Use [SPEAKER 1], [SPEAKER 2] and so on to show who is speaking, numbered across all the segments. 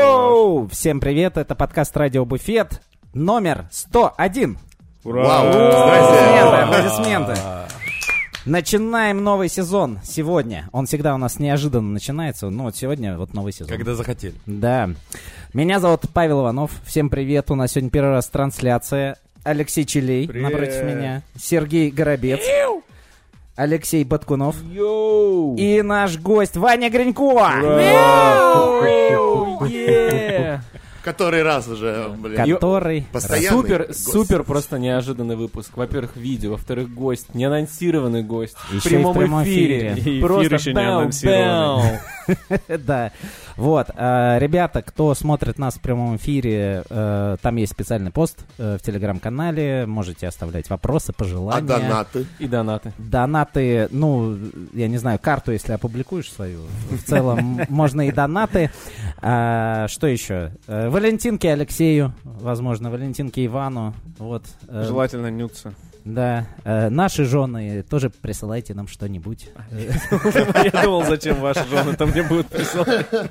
[SPEAKER 1] шоу. Всем привет, это подкаст «Радио Буфет» номер 101.
[SPEAKER 2] Вау.
[SPEAKER 1] Аплодисменты, аплодисменты. Начинаем новый сезон сегодня. Он всегда у нас неожиданно начинается, но вот сегодня вот новый сезон.
[SPEAKER 3] Когда захотели.
[SPEAKER 1] Да. Меня зовут Павел Иванов. Всем привет. У нас сегодня первый раз трансляция. Алексей Челей
[SPEAKER 2] Привет.
[SPEAKER 1] напротив меня. Сергей Горобец. Алексей Баткунов.
[SPEAKER 2] Йоу.
[SPEAKER 1] И наш гость Ваня Гринько. Мяу, е.
[SPEAKER 4] Который раз уже, блин.
[SPEAKER 1] Который...
[SPEAKER 4] Постоянный
[SPEAKER 3] супер,
[SPEAKER 4] гость.
[SPEAKER 3] супер просто неожиданный выпуск. Во-первых, видео, во-вторых, гость, неанонсированный гость.
[SPEAKER 1] Ещё и в
[SPEAKER 3] в прямом,
[SPEAKER 1] прямом эфире.
[SPEAKER 3] эфире.
[SPEAKER 2] И эфир
[SPEAKER 3] Просто
[SPEAKER 2] ещё
[SPEAKER 3] бэу,
[SPEAKER 2] неанонсированный.
[SPEAKER 3] бэу.
[SPEAKER 1] Да. Вот. э, Ребята, кто смотрит нас в прямом эфире, э, там есть специальный пост э, в телеграм-канале. Можете оставлять вопросы,
[SPEAKER 4] А
[SPEAKER 1] пожелания.
[SPEAKER 4] донаты?
[SPEAKER 3] И донаты.
[SPEAKER 1] Донаты, ну, я не знаю, карту, если опубликуешь свою. В целом, можно и донаты. А, что еще? Э, Валентинки Алексею, возможно, Валентинки Ивану. Вот. э,
[SPEAKER 2] Желательно нються.
[SPEAKER 1] Да. Э, Наши жены тоже присылайте нам что-нибудь.
[SPEAKER 2] Я думал, зачем ваши жены там мне будут присылать.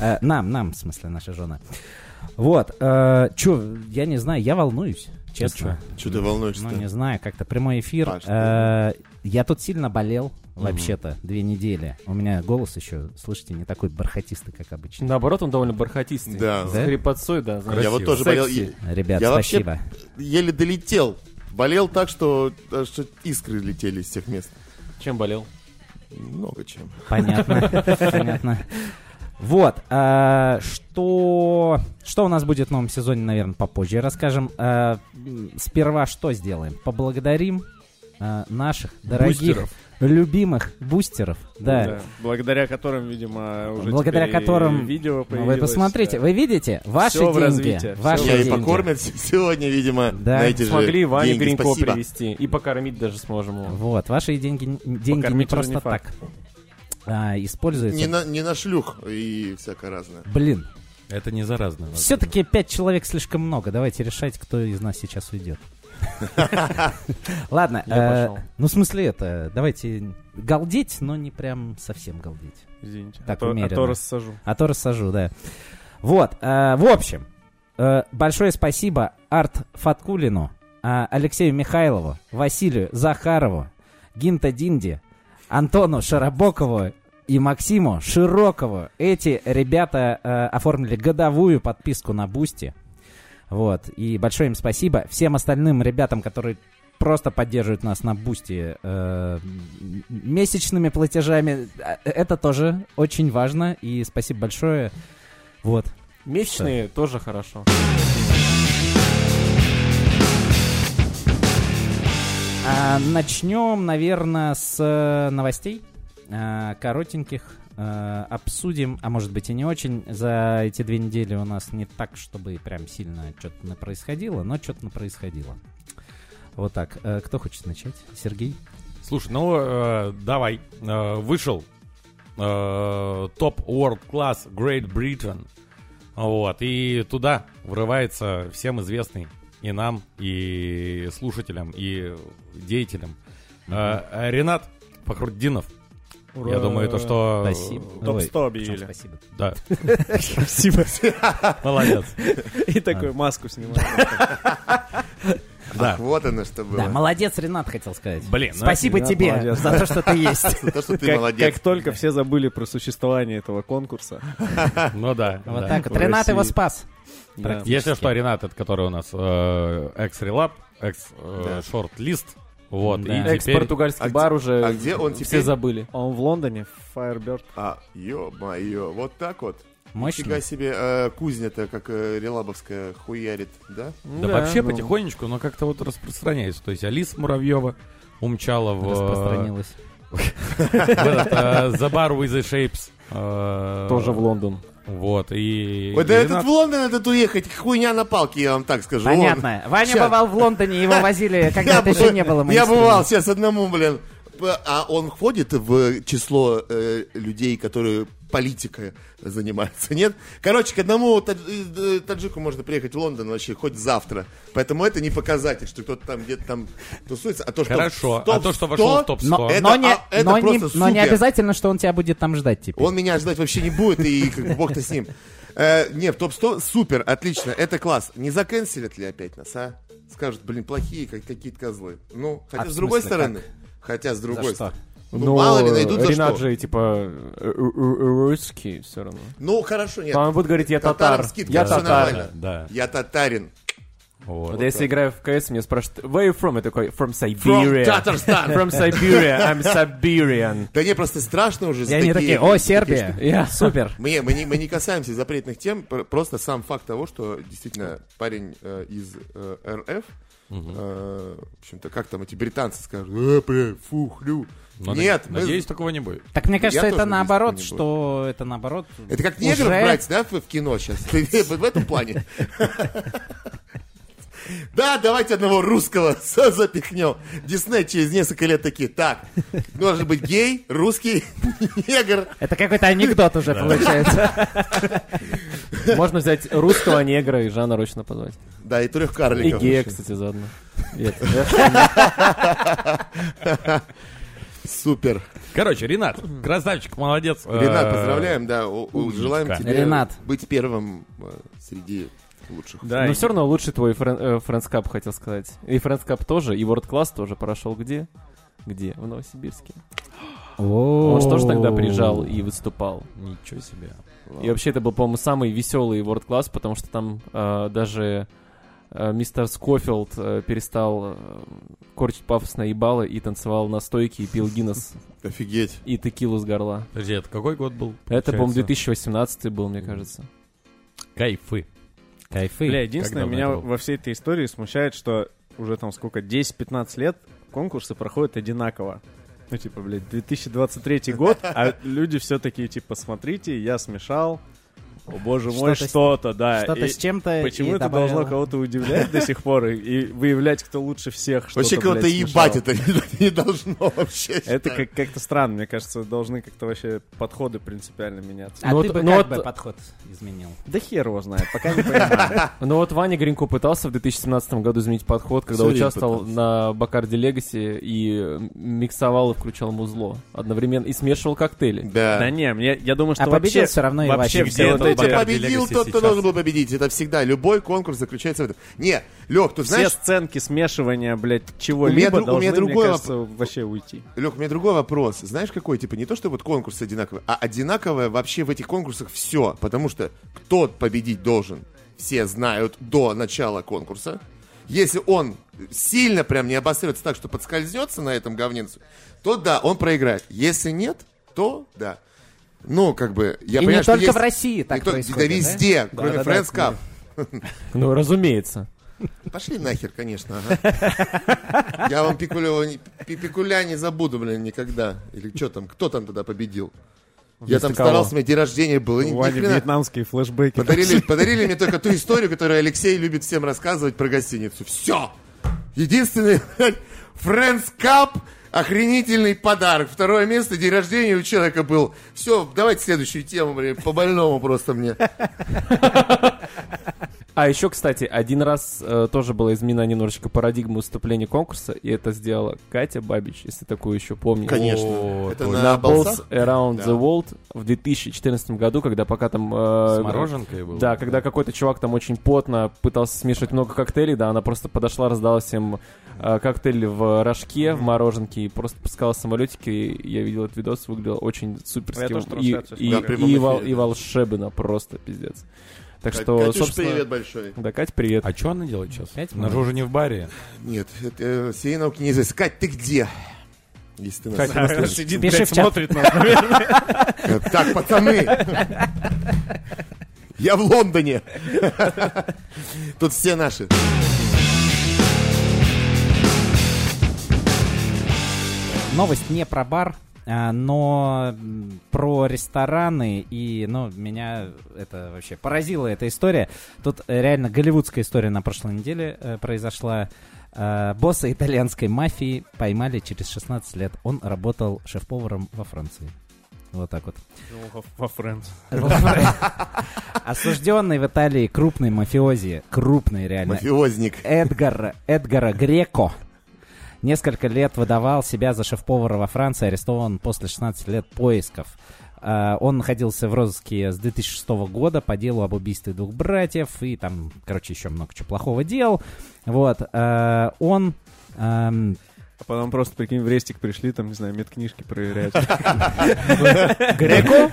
[SPEAKER 1] Э, Нам, нам, в смысле, наши жены. Вот. э, Чё, я не знаю, я волнуюсь, честно.
[SPEAKER 4] Че ты волнуешься?
[SPEAKER 1] Ну, не знаю, как-то прямой эфир.
[SPEAKER 4] Паш, ты-
[SPEAKER 1] Э, Я тут сильно болел, вообще-то, две недели. У меня голос еще, слышите, не такой бархатистый, как обычно.
[SPEAKER 3] Наоборот, он довольно бархатистый.
[SPEAKER 4] Да.
[SPEAKER 3] С
[SPEAKER 1] Да?
[SPEAKER 3] хрипотцой, да. знаешь.
[SPEAKER 4] Я вот тоже болел.
[SPEAKER 3] Секси.
[SPEAKER 1] Ребят,
[SPEAKER 4] Я вообще-
[SPEAKER 1] спасибо.
[SPEAKER 4] е- Еле долетел. Болел так, что, э, что искры летели из всех мест.
[SPEAKER 3] Чем болел?
[SPEAKER 4] Много чем.
[SPEAKER 1] Понятно. Понятно. Вот, э, что, что у нас будет в новом сезоне, наверное, попозже расскажем. Э, м, сперва что сделаем? Поблагодарим э, наших дорогих,
[SPEAKER 3] Бустеров.
[SPEAKER 1] любимых бустеров. Да,
[SPEAKER 2] Благодаря которым, видимо, уже
[SPEAKER 1] благодаря
[SPEAKER 2] теперь и
[SPEAKER 1] которым
[SPEAKER 2] видео
[SPEAKER 1] ну,
[SPEAKER 2] появилось.
[SPEAKER 1] вы посмотрите, вы видите, ваши
[SPEAKER 2] Всё в развитии,
[SPEAKER 1] деньги,
[SPEAKER 2] всё
[SPEAKER 1] ваши
[SPEAKER 2] в
[SPEAKER 4] Я и
[SPEAKER 1] деньги.
[SPEAKER 4] покормят с- сегодня, видимо,
[SPEAKER 1] Да.
[SPEAKER 4] на эти же
[SPEAKER 3] Смогли Ваню
[SPEAKER 4] деньги.
[SPEAKER 3] Гринько
[SPEAKER 4] Спасибо.
[SPEAKER 3] привести и покормить даже сможем его.
[SPEAKER 1] Вот, ваши деньги, н- деньги не
[SPEAKER 2] Покормить уже
[SPEAKER 1] просто
[SPEAKER 2] не факт.
[SPEAKER 1] так а, используются.
[SPEAKER 4] Не на, не на шлюх и всякое разное.
[SPEAKER 1] Блин,
[SPEAKER 5] Это не заразно.
[SPEAKER 1] все-таки пять человек слишком много. Давайте решать, кто из нас сейчас уйдет. Ладно,
[SPEAKER 3] Я
[SPEAKER 1] э,
[SPEAKER 3] пошел.
[SPEAKER 1] ну в смысле это, давайте галдеть, но не прям совсем галдеть.
[SPEAKER 2] Извините.
[SPEAKER 1] Так,
[SPEAKER 2] а, то, а
[SPEAKER 1] умеренно.
[SPEAKER 2] то рассажу.
[SPEAKER 1] А то рассажу, да. Вот, э, в общем, э, большое спасибо Арт Фаткулину, э, Алексею Михайлову, Василию Захарову, Гинта Динди, Антону Шарабокову и Максиму Широкову. Эти ребята э, оформили годовую подписку на Бусти. Вот, и большое им спасибо. Всем остальным ребятам, которые просто поддерживают нас на бусте э, м- месячными платежами. э, Это тоже очень важно, и спасибо большое. Вот.
[SPEAKER 3] Месячные тоже хорошо.
[SPEAKER 1] А, начнем, наверное, с э, новостей э, коротеньких. Э, обсудим, а может быть и не очень. За эти две недели у нас не так, чтобы прям сильно что-то происходило, но что-то происходило. Вот так. Э, кто хочет начать? Сергей?
[SPEAKER 5] Слушай, ну э, давай. Э, вышел э, топ World Class Great Britain. Вот, и туда врывается всем известный и нам, и слушателям, и деятелям. Э, Ренат Фахруддинов. Я думаю, то, что...
[SPEAKER 1] Спасибо. Ой,
[SPEAKER 2] Топ-100
[SPEAKER 1] причём
[SPEAKER 2] Э, объявили.
[SPEAKER 1] Спасибо.
[SPEAKER 5] Да,
[SPEAKER 2] Спасибо.
[SPEAKER 5] молодец.
[SPEAKER 1] А.
[SPEAKER 2] И такой маску снимаю.
[SPEAKER 5] Да.
[SPEAKER 4] Вот оно что
[SPEAKER 1] Да,
[SPEAKER 4] было.
[SPEAKER 1] молодец, Ренат хотел сказать.
[SPEAKER 5] Блин, ну,
[SPEAKER 1] Спасибо
[SPEAKER 2] Ренат
[SPEAKER 1] тебе
[SPEAKER 2] молодец.
[SPEAKER 1] за то, что ты есть.
[SPEAKER 4] То, что ты
[SPEAKER 2] Как-
[SPEAKER 4] молодец.
[SPEAKER 2] Как только все забыли про существование этого конкурса.
[SPEAKER 5] Ну да.
[SPEAKER 1] Вот
[SPEAKER 5] да.
[SPEAKER 1] так вот.
[SPEAKER 2] В
[SPEAKER 1] Ренат его
[SPEAKER 2] России.
[SPEAKER 1] спас.
[SPEAKER 2] Да.
[SPEAKER 5] Если что, Ренат, это который у нас э, экс-релап, экс-шорт-лист. Вот,
[SPEAKER 1] Да.
[SPEAKER 5] и теперь...
[SPEAKER 3] Экс-португальский
[SPEAKER 4] А
[SPEAKER 3] бар
[SPEAKER 4] где-
[SPEAKER 3] уже
[SPEAKER 4] а где он
[SPEAKER 3] все
[SPEAKER 4] теперь?
[SPEAKER 3] забыли.
[SPEAKER 2] Он в Лондоне, в Firebird.
[SPEAKER 4] А, ё-моё, вот так вот.
[SPEAKER 1] Мощно.
[SPEAKER 4] Фига себе, э, кузня-то как э, релабовская хуярит, да?
[SPEAKER 3] Ну
[SPEAKER 5] Да, вообще потихонечку, но как-то вот распространяется. То есть Алиса Муравьева умчала в...
[SPEAKER 1] Распространилось.
[SPEAKER 5] в этот, э, The Bar with the Shapes. э,
[SPEAKER 3] Тоже в Лондон.
[SPEAKER 5] Вот, и...
[SPEAKER 4] Вот
[SPEAKER 5] и
[SPEAKER 4] этот
[SPEAKER 5] Ренат-
[SPEAKER 4] в Лондон этот уехать, хуйня на палке, я вам так скажу. Он-
[SPEAKER 1] Понятно. Ваня
[SPEAKER 4] Щас.
[SPEAKER 1] бывал в Лондоне, его возили, когда
[SPEAKER 4] Я
[SPEAKER 1] это
[SPEAKER 4] бы-
[SPEAKER 1] еще не было.
[SPEAKER 4] Я
[SPEAKER 1] мейнстрима.
[SPEAKER 4] бывал сейчас одному, блин. П- А он входит в число э, людей, которые политикой занимаются, нет? Короче, к одному тад- э, э, таджику можно приехать в Лондон вообще хоть завтра. Поэтому это не показатель, что кто-то там где-то там тусуется. А то, что
[SPEAKER 5] Хорошо.
[SPEAKER 4] в топ-
[SPEAKER 5] А то, что
[SPEAKER 4] в
[SPEAKER 5] вошло в
[SPEAKER 4] топ-
[SPEAKER 5] топ-100.
[SPEAKER 1] Но,
[SPEAKER 4] Это-
[SPEAKER 1] но не,
[SPEAKER 4] а, это
[SPEAKER 1] но не-
[SPEAKER 4] просто
[SPEAKER 1] но не
[SPEAKER 4] супер.
[SPEAKER 1] обязательно, что он тебя будет там ждать теперь.
[SPEAKER 4] Он меня ждать вообще не будет, и как бог-то с ним. Э, не, в топ-100 супер, отлично, это класс. Не заканцелят ли опять нас, а? Скажут, блин, плохие как какие-то козлы. Ну, хотя
[SPEAKER 1] А в
[SPEAKER 4] с другой
[SPEAKER 1] смысле,
[SPEAKER 4] стороны. Хотя с другой
[SPEAKER 1] что?
[SPEAKER 4] стороны. Ну, мало ли, найдут за
[SPEAKER 3] Ренат
[SPEAKER 4] что.
[SPEAKER 3] же, типа, э, ру- ру- русский все равно.
[SPEAKER 4] Ну, хорошо, нет.
[SPEAKER 3] Он будет говорить, я татар.
[SPEAKER 4] Татарам скидка,
[SPEAKER 3] Я
[SPEAKER 4] всё
[SPEAKER 3] татар.
[SPEAKER 4] нормально.
[SPEAKER 5] Да.
[SPEAKER 4] Я татарин.
[SPEAKER 5] Вот.
[SPEAKER 3] Вот если играю в КС, меня спрашивают, where you from? Я такой, from
[SPEAKER 4] From
[SPEAKER 3] Siberia.
[SPEAKER 4] Татарстан.
[SPEAKER 3] From Siberia, I'm Siberian.
[SPEAKER 4] Да не, просто страшно уже.
[SPEAKER 1] И
[SPEAKER 4] за
[SPEAKER 1] они такие, о, Сербия,
[SPEAKER 3] Я
[SPEAKER 1] супер.
[SPEAKER 4] Мы, мы, не, мы не касаемся запретных тем, пр- просто сам факт того, что действительно парень э, из э, РФ, э, в общем-то, как там эти британцы скажут, э, бля, фу, хлю.
[SPEAKER 5] Но
[SPEAKER 4] Нет,
[SPEAKER 5] над-
[SPEAKER 4] мы-
[SPEAKER 5] Ну, Надеюсь, такого не будет.
[SPEAKER 1] Так мне кажется,
[SPEAKER 4] Я
[SPEAKER 1] это
[SPEAKER 4] тоже
[SPEAKER 1] наоборот,
[SPEAKER 4] здесь не
[SPEAKER 1] что это наоборот.
[SPEAKER 4] это как негров
[SPEAKER 1] уже-
[SPEAKER 4] брать, да, в, в кино сейчас? В этом плане. Да, давайте одного русского за- запихнем. Дисней через несколько лет такие, так, должен быть гей, русский, негр.
[SPEAKER 1] Это какой-то анекдот уже получается.
[SPEAKER 3] Можно взять русского негра и Жана Рочно позвать.
[SPEAKER 4] Да, и трех
[SPEAKER 3] И
[SPEAKER 4] карликов.
[SPEAKER 3] гея,
[SPEAKER 4] еще.
[SPEAKER 3] кстати, заодно. И это,
[SPEAKER 4] Супер.
[SPEAKER 5] Короче, Ренат, красавчик, молодец.
[SPEAKER 4] Ренат,
[SPEAKER 5] Э,
[SPEAKER 4] поздравляем, да, о- о, желаем
[SPEAKER 5] Умничка.
[SPEAKER 4] тебе
[SPEAKER 1] Ренат.
[SPEAKER 4] быть первым э, среди лучших.
[SPEAKER 5] Да,
[SPEAKER 3] да. Но
[SPEAKER 5] и-
[SPEAKER 3] все равно лучше твой френ- э, Friends Cup, хотел сказать. И Friends Cup тоже, и World Class тоже прошел где? Где? В Новосибирске. Он же тоже тогда приезжал и выступал.
[SPEAKER 5] Ничего себе.
[SPEAKER 3] И вообще это был, по-моему, самый веселый World Class, потому что там э, даже э, мистер Скофилд э, перестал э, корчить пафосное ебало и танцевал на стойке, и пил Гиннес,
[SPEAKER 4] Офигеть.
[SPEAKER 3] и текилу с горла.
[SPEAKER 5] Подожди, это какой год был?
[SPEAKER 3] Это, по-моему,
[SPEAKER 5] получается?
[SPEAKER 3] 2018 был, мне кажется.
[SPEAKER 5] Кайфы.
[SPEAKER 1] Кайфы.
[SPEAKER 2] Бля, единственное,
[SPEAKER 5] Когда
[SPEAKER 2] меня
[SPEAKER 5] он это был?
[SPEAKER 2] во всей этой истории смущает, что уже там сколько, 10-15 лет конкурсы проходят одинаково. Ну, типа, блядь, 2023 год, а люди все такие, типа, смотрите, я смешал, о боже
[SPEAKER 1] Что-то
[SPEAKER 2] мой,
[SPEAKER 1] с-
[SPEAKER 2] что-то, да.
[SPEAKER 1] Что-то
[SPEAKER 2] И
[SPEAKER 1] с чем-то.
[SPEAKER 2] Почему
[SPEAKER 1] и
[SPEAKER 2] это
[SPEAKER 1] добавила.
[SPEAKER 2] должно кого-то удивлять до сих пор и, и выявлять, кто лучше всех? что-то,
[SPEAKER 4] Вообще кого-то
[SPEAKER 2] блядь,
[SPEAKER 4] ебать
[SPEAKER 2] смешал?
[SPEAKER 4] это не- не должно вообще.
[SPEAKER 2] Это как- как-то странно, мне кажется, должны как-то вообще подходы принципиально меняться.
[SPEAKER 1] А
[SPEAKER 3] Ну
[SPEAKER 1] ты
[SPEAKER 3] вот-
[SPEAKER 1] бы
[SPEAKER 3] ну
[SPEAKER 1] как
[SPEAKER 3] вот-
[SPEAKER 1] бы подход изменил?
[SPEAKER 2] Да хер его знает, пока не понимаю.
[SPEAKER 3] Ну вот Ваня Гринько пытался в 2017 году изменить подход,
[SPEAKER 4] Всё
[SPEAKER 3] когда
[SPEAKER 4] время
[SPEAKER 3] участвовал на Бакарде Легаси и м- миксовал и включал музло одновременно и смешивал коктейли.
[SPEAKER 2] Да
[SPEAKER 4] Да.
[SPEAKER 2] не, мне- я думаю, что
[SPEAKER 1] А победил
[SPEAKER 2] вообще...
[SPEAKER 1] все равно и
[SPEAKER 2] вообще
[SPEAKER 1] вообще.
[SPEAKER 2] все
[SPEAKER 5] Где
[SPEAKER 2] вот
[SPEAKER 5] этот
[SPEAKER 2] эти...
[SPEAKER 5] Бакарди?
[SPEAKER 4] Победил
[SPEAKER 5] Legacy
[SPEAKER 4] тот, кто
[SPEAKER 5] сейчас.
[SPEAKER 4] должен был победить. Это всегда. Любой конкурс заключается в этом. Не, Лех, ты
[SPEAKER 2] Все
[SPEAKER 4] знаешь,
[SPEAKER 2] сценки смешивания, блядь, чего-либо
[SPEAKER 4] дру- у
[SPEAKER 2] должны,
[SPEAKER 4] меня
[SPEAKER 2] мне
[SPEAKER 4] другой
[SPEAKER 2] кажется, вообще уйти.
[SPEAKER 4] Лех, у меня другой вопрос. Знаешь, какой? Типа не то, что вот конкурсы одинаковые, а одинаковое вообще в этих конкурсах все. Потому что кто победить должен, все знают до начала конкурса. Если он сильно прям не обосрется так, что подскользнется на этом говнинцу, то да, он проиграет. Если нет, то да. Ну, как бы, я
[SPEAKER 1] И
[SPEAKER 4] понимаю,
[SPEAKER 1] не
[SPEAKER 4] что
[SPEAKER 1] только
[SPEAKER 4] есть-
[SPEAKER 1] в России так
[SPEAKER 4] не только-
[SPEAKER 1] происходит.
[SPEAKER 4] Да
[SPEAKER 1] да?
[SPEAKER 4] везде, кроме
[SPEAKER 1] Да-да-да.
[SPEAKER 4] Friends Cup.
[SPEAKER 3] Ну, разумеется.
[SPEAKER 4] Пошли нахер, конечно. ага. Я вам Пикулева не- Пи- Пикуля не забуду, блин, никогда. Или что там, кто там тогда победил? Я там
[SPEAKER 3] кого?
[SPEAKER 4] старался, у меня день рождения был. и ни-
[SPEAKER 2] У
[SPEAKER 4] ни
[SPEAKER 2] Вани
[SPEAKER 4] хрена.
[SPEAKER 2] вьетнамские флешбеки.
[SPEAKER 4] Подарили, подарили мне только ту историю, которую Алексей любит всем рассказывать про гостиницу. Все! Единственный блядь, Friends Cup охренительный подарок. Второе место, день рождения у человека был. Все, давайте следующую тему, блин, по больному просто мне.
[SPEAKER 3] А еще, кстати, один раз э, тоже была изменена немножечко парадигма выступления конкурса, и это сделала Катя Бабич, если такую еще помнишь.
[SPEAKER 4] Конечно.
[SPEAKER 5] О,
[SPEAKER 4] Это
[SPEAKER 5] точно.
[SPEAKER 4] на
[SPEAKER 3] Balls
[SPEAKER 4] болсах?
[SPEAKER 3] Around
[SPEAKER 4] Да.
[SPEAKER 3] the World в 2014 году, когда пока там...
[SPEAKER 5] С
[SPEAKER 3] э,
[SPEAKER 5] мороженкой был?
[SPEAKER 3] Да, когда какой-то чувак там очень потно пытался смешивать много коктейлей, да, она просто подошла, раздала всем э, коктейли в рожке, в мороженке, и просто пускала самолетики. И я видел этот видос, выглядел очень
[SPEAKER 2] Я
[SPEAKER 3] суперским.
[SPEAKER 2] тоже
[SPEAKER 3] И,
[SPEAKER 2] трансляцию
[SPEAKER 4] смотрел.
[SPEAKER 3] и,
[SPEAKER 4] Да, в прямом
[SPEAKER 3] и вол-
[SPEAKER 4] эфире,
[SPEAKER 3] и
[SPEAKER 4] да.
[SPEAKER 3] волшебно, просто пиздец. Так что,
[SPEAKER 4] Катюш,
[SPEAKER 3] собственно...
[SPEAKER 4] привет большой.
[SPEAKER 3] Да, Кать, привет.
[SPEAKER 5] А что она делает сейчас?
[SPEAKER 1] Опять
[SPEAKER 5] Она же уже не в баре.
[SPEAKER 4] Нет, это, э, сей науки неизвестно. Кать, ты где? Если ты нас
[SPEAKER 5] Кать,
[SPEAKER 4] слышишь.
[SPEAKER 2] Сидит,
[SPEAKER 1] Пиши
[SPEAKER 2] блядь,
[SPEAKER 1] в чат.
[SPEAKER 2] смотрит на
[SPEAKER 4] Э, Так, пацаны, я в Лондоне. Тут все наши.
[SPEAKER 1] Новость не про бар, а, но м, про рестораны. И, ну, меня это вообще поразила эта история. Тут э, реально голливудская история на прошлой неделе э, произошла. Э, Босса итальянской мафии поймали через 16 лет. Он работал шеф-поваром во Франции. Вот так вот.
[SPEAKER 2] Во Фрэнс.
[SPEAKER 1] Осужденный в Италии крупный мафиози, крупный реально,
[SPEAKER 4] Мафиозник.
[SPEAKER 1] Э, Эдгара, Эдгара Греко несколько лет выдавал себя за шеф-повара во Франции, арестован после 16 лет поисков. А, А, Он находился в розыске с 2006 года по делу об убийстве двух братьев и там, короче, еще много чего плохого делал. Вот. а, Он... эм, ам,
[SPEAKER 2] А потом просто, прикинь, в рестик пришли, там, не знаю, медкнижки проверять.
[SPEAKER 3] Греко?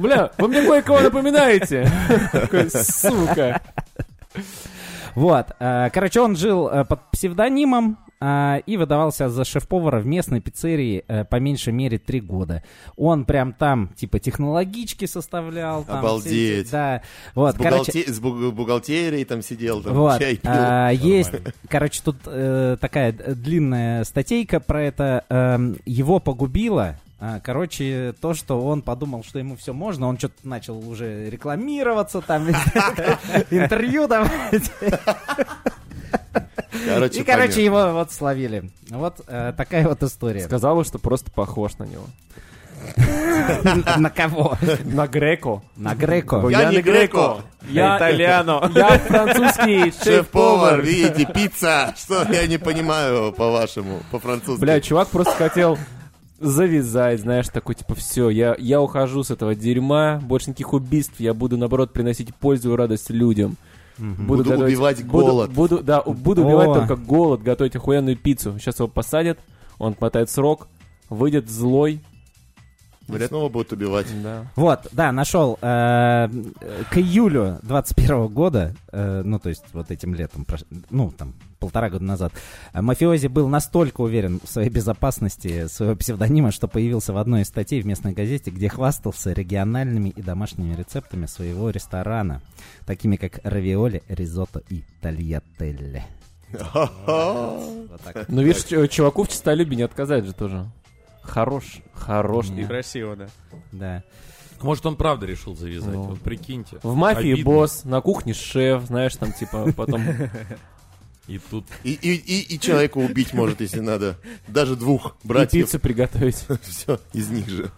[SPEAKER 3] Бля, вы мне кое-кого напоминаете. Такой, Сука.
[SPEAKER 1] Вот. а, Короче, он жил а, под псевдонимом а, и выдавался за шеф-повара в местной пиццерии а, по меньшей мере три года. Он прям там, типа, технологички составлял. там
[SPEAKER 4] Обалдеть.
[SPEAKER 1] все эти- Да. Вот,
[SPEAKER 4] С,
[SPEAKER 1] короче,
[SPEAKER 4] бухгалте- с бу- э, бухгалтерией там сидел, там
[SPEAKER 1] Вот.
[SPEAKER 4] чай пил.
[SPEAKER 1] А, есть,
[SPEAKER 4] Нормально.
[SPEAKER 1] короче, тут э, такая д- длинная статейка про это. Эм, его погубило. а, Короче, то, что он подумал, что ему все можно, он что-то начал уже рекламироваться, там, интервью давать.
[SPEAKER 4] Короче,
[SPEAKER 1] И, короче,
[SPEAKER 4] понятно.
[SPEAKER 1] его вот словили. Вот э, такая вот история.
[SPEAKER 3] Сказала, что просто похож на него.
[SPEAKER 1] На кого?
[SPEAKER 3] На Греко.
[SPEAKER 1] На Греко.
[SPEAKER 4] Я не Греко.
[SPEAKER 3] Я-
[SPEAKER 2] Итальяно.
[SPEAKER 3] Я французский
[SPEAKER 4] Шеф-повар,
[SPEAKER 3] шеф-повар.
[SPEAKER 4] видите, пицца. Что я не понимаю по-вашему, по-французски.
[SPEAKER 3] Бля, чувак просто хотел завязать, знаешь, такой, типа, все, я, я ухожу с этого дерьма, больше никаких убийств, я буду, наоборот, приносить пользу и радость людям.
[SPEAKER 4] Буду
[SPEAKER 3] готовить-
[SPEAKER 4] убивать
[SPEAKER 3] буду-
[SPEAKER 4] голод.
[SPEAKER 3] Буду, да, у- буду
[SPEAKER 1] О.
[SPEAKER 3] убивать только голод, готовить охуенную пиццу. Сейчас его посадят, он отмотает срок, выйдет злой.
[SPEAKER 4] Говорят, снова будут убивать.
[SPEAKER 3] Да.
[SPEAKER 1] Вот, да, нашел э, к июлю 21 года, э, ну, то есть вот этим летом, прош- ну, там, полтора года назад, э, мафиози был настолько уверен в своей безопасности своего псевдонима, что появился в одной из статей в местной газете, где хвастался региональными и домашними рецептами своего ресторана, такими как равиоли, ризотто и тольяттелле. Вот так.
[SPEAKER 3] Ну, видишь, ч- чуваку в честолюбии не отказать же тоже. Хорош, хорош.
[SPEAKER 2] И красиво, да.
[SPEAKER 1] Да.
[SPEAKER 5] Может, он правда решил завязать,
[SPEAKER 3] Ну.
[SPEAKER 5] вот прикиньте.
[SPEAKER 3] В мафии
[SPEAKER 5] Обидно.
[SPEAKER 3] босс, на кухне шеф, знаешь, там, типа, потом...
[SPEAKER 5] И тут
[SPEAKER 4] И, и, и, и человека убить может, если надо. Даже двух
[SPEAKER 3] И
[SPEAKER 4] братьев.
[SPEAKER 3] пиццу приготовить.
[SPEAKER 4] Все, из них же.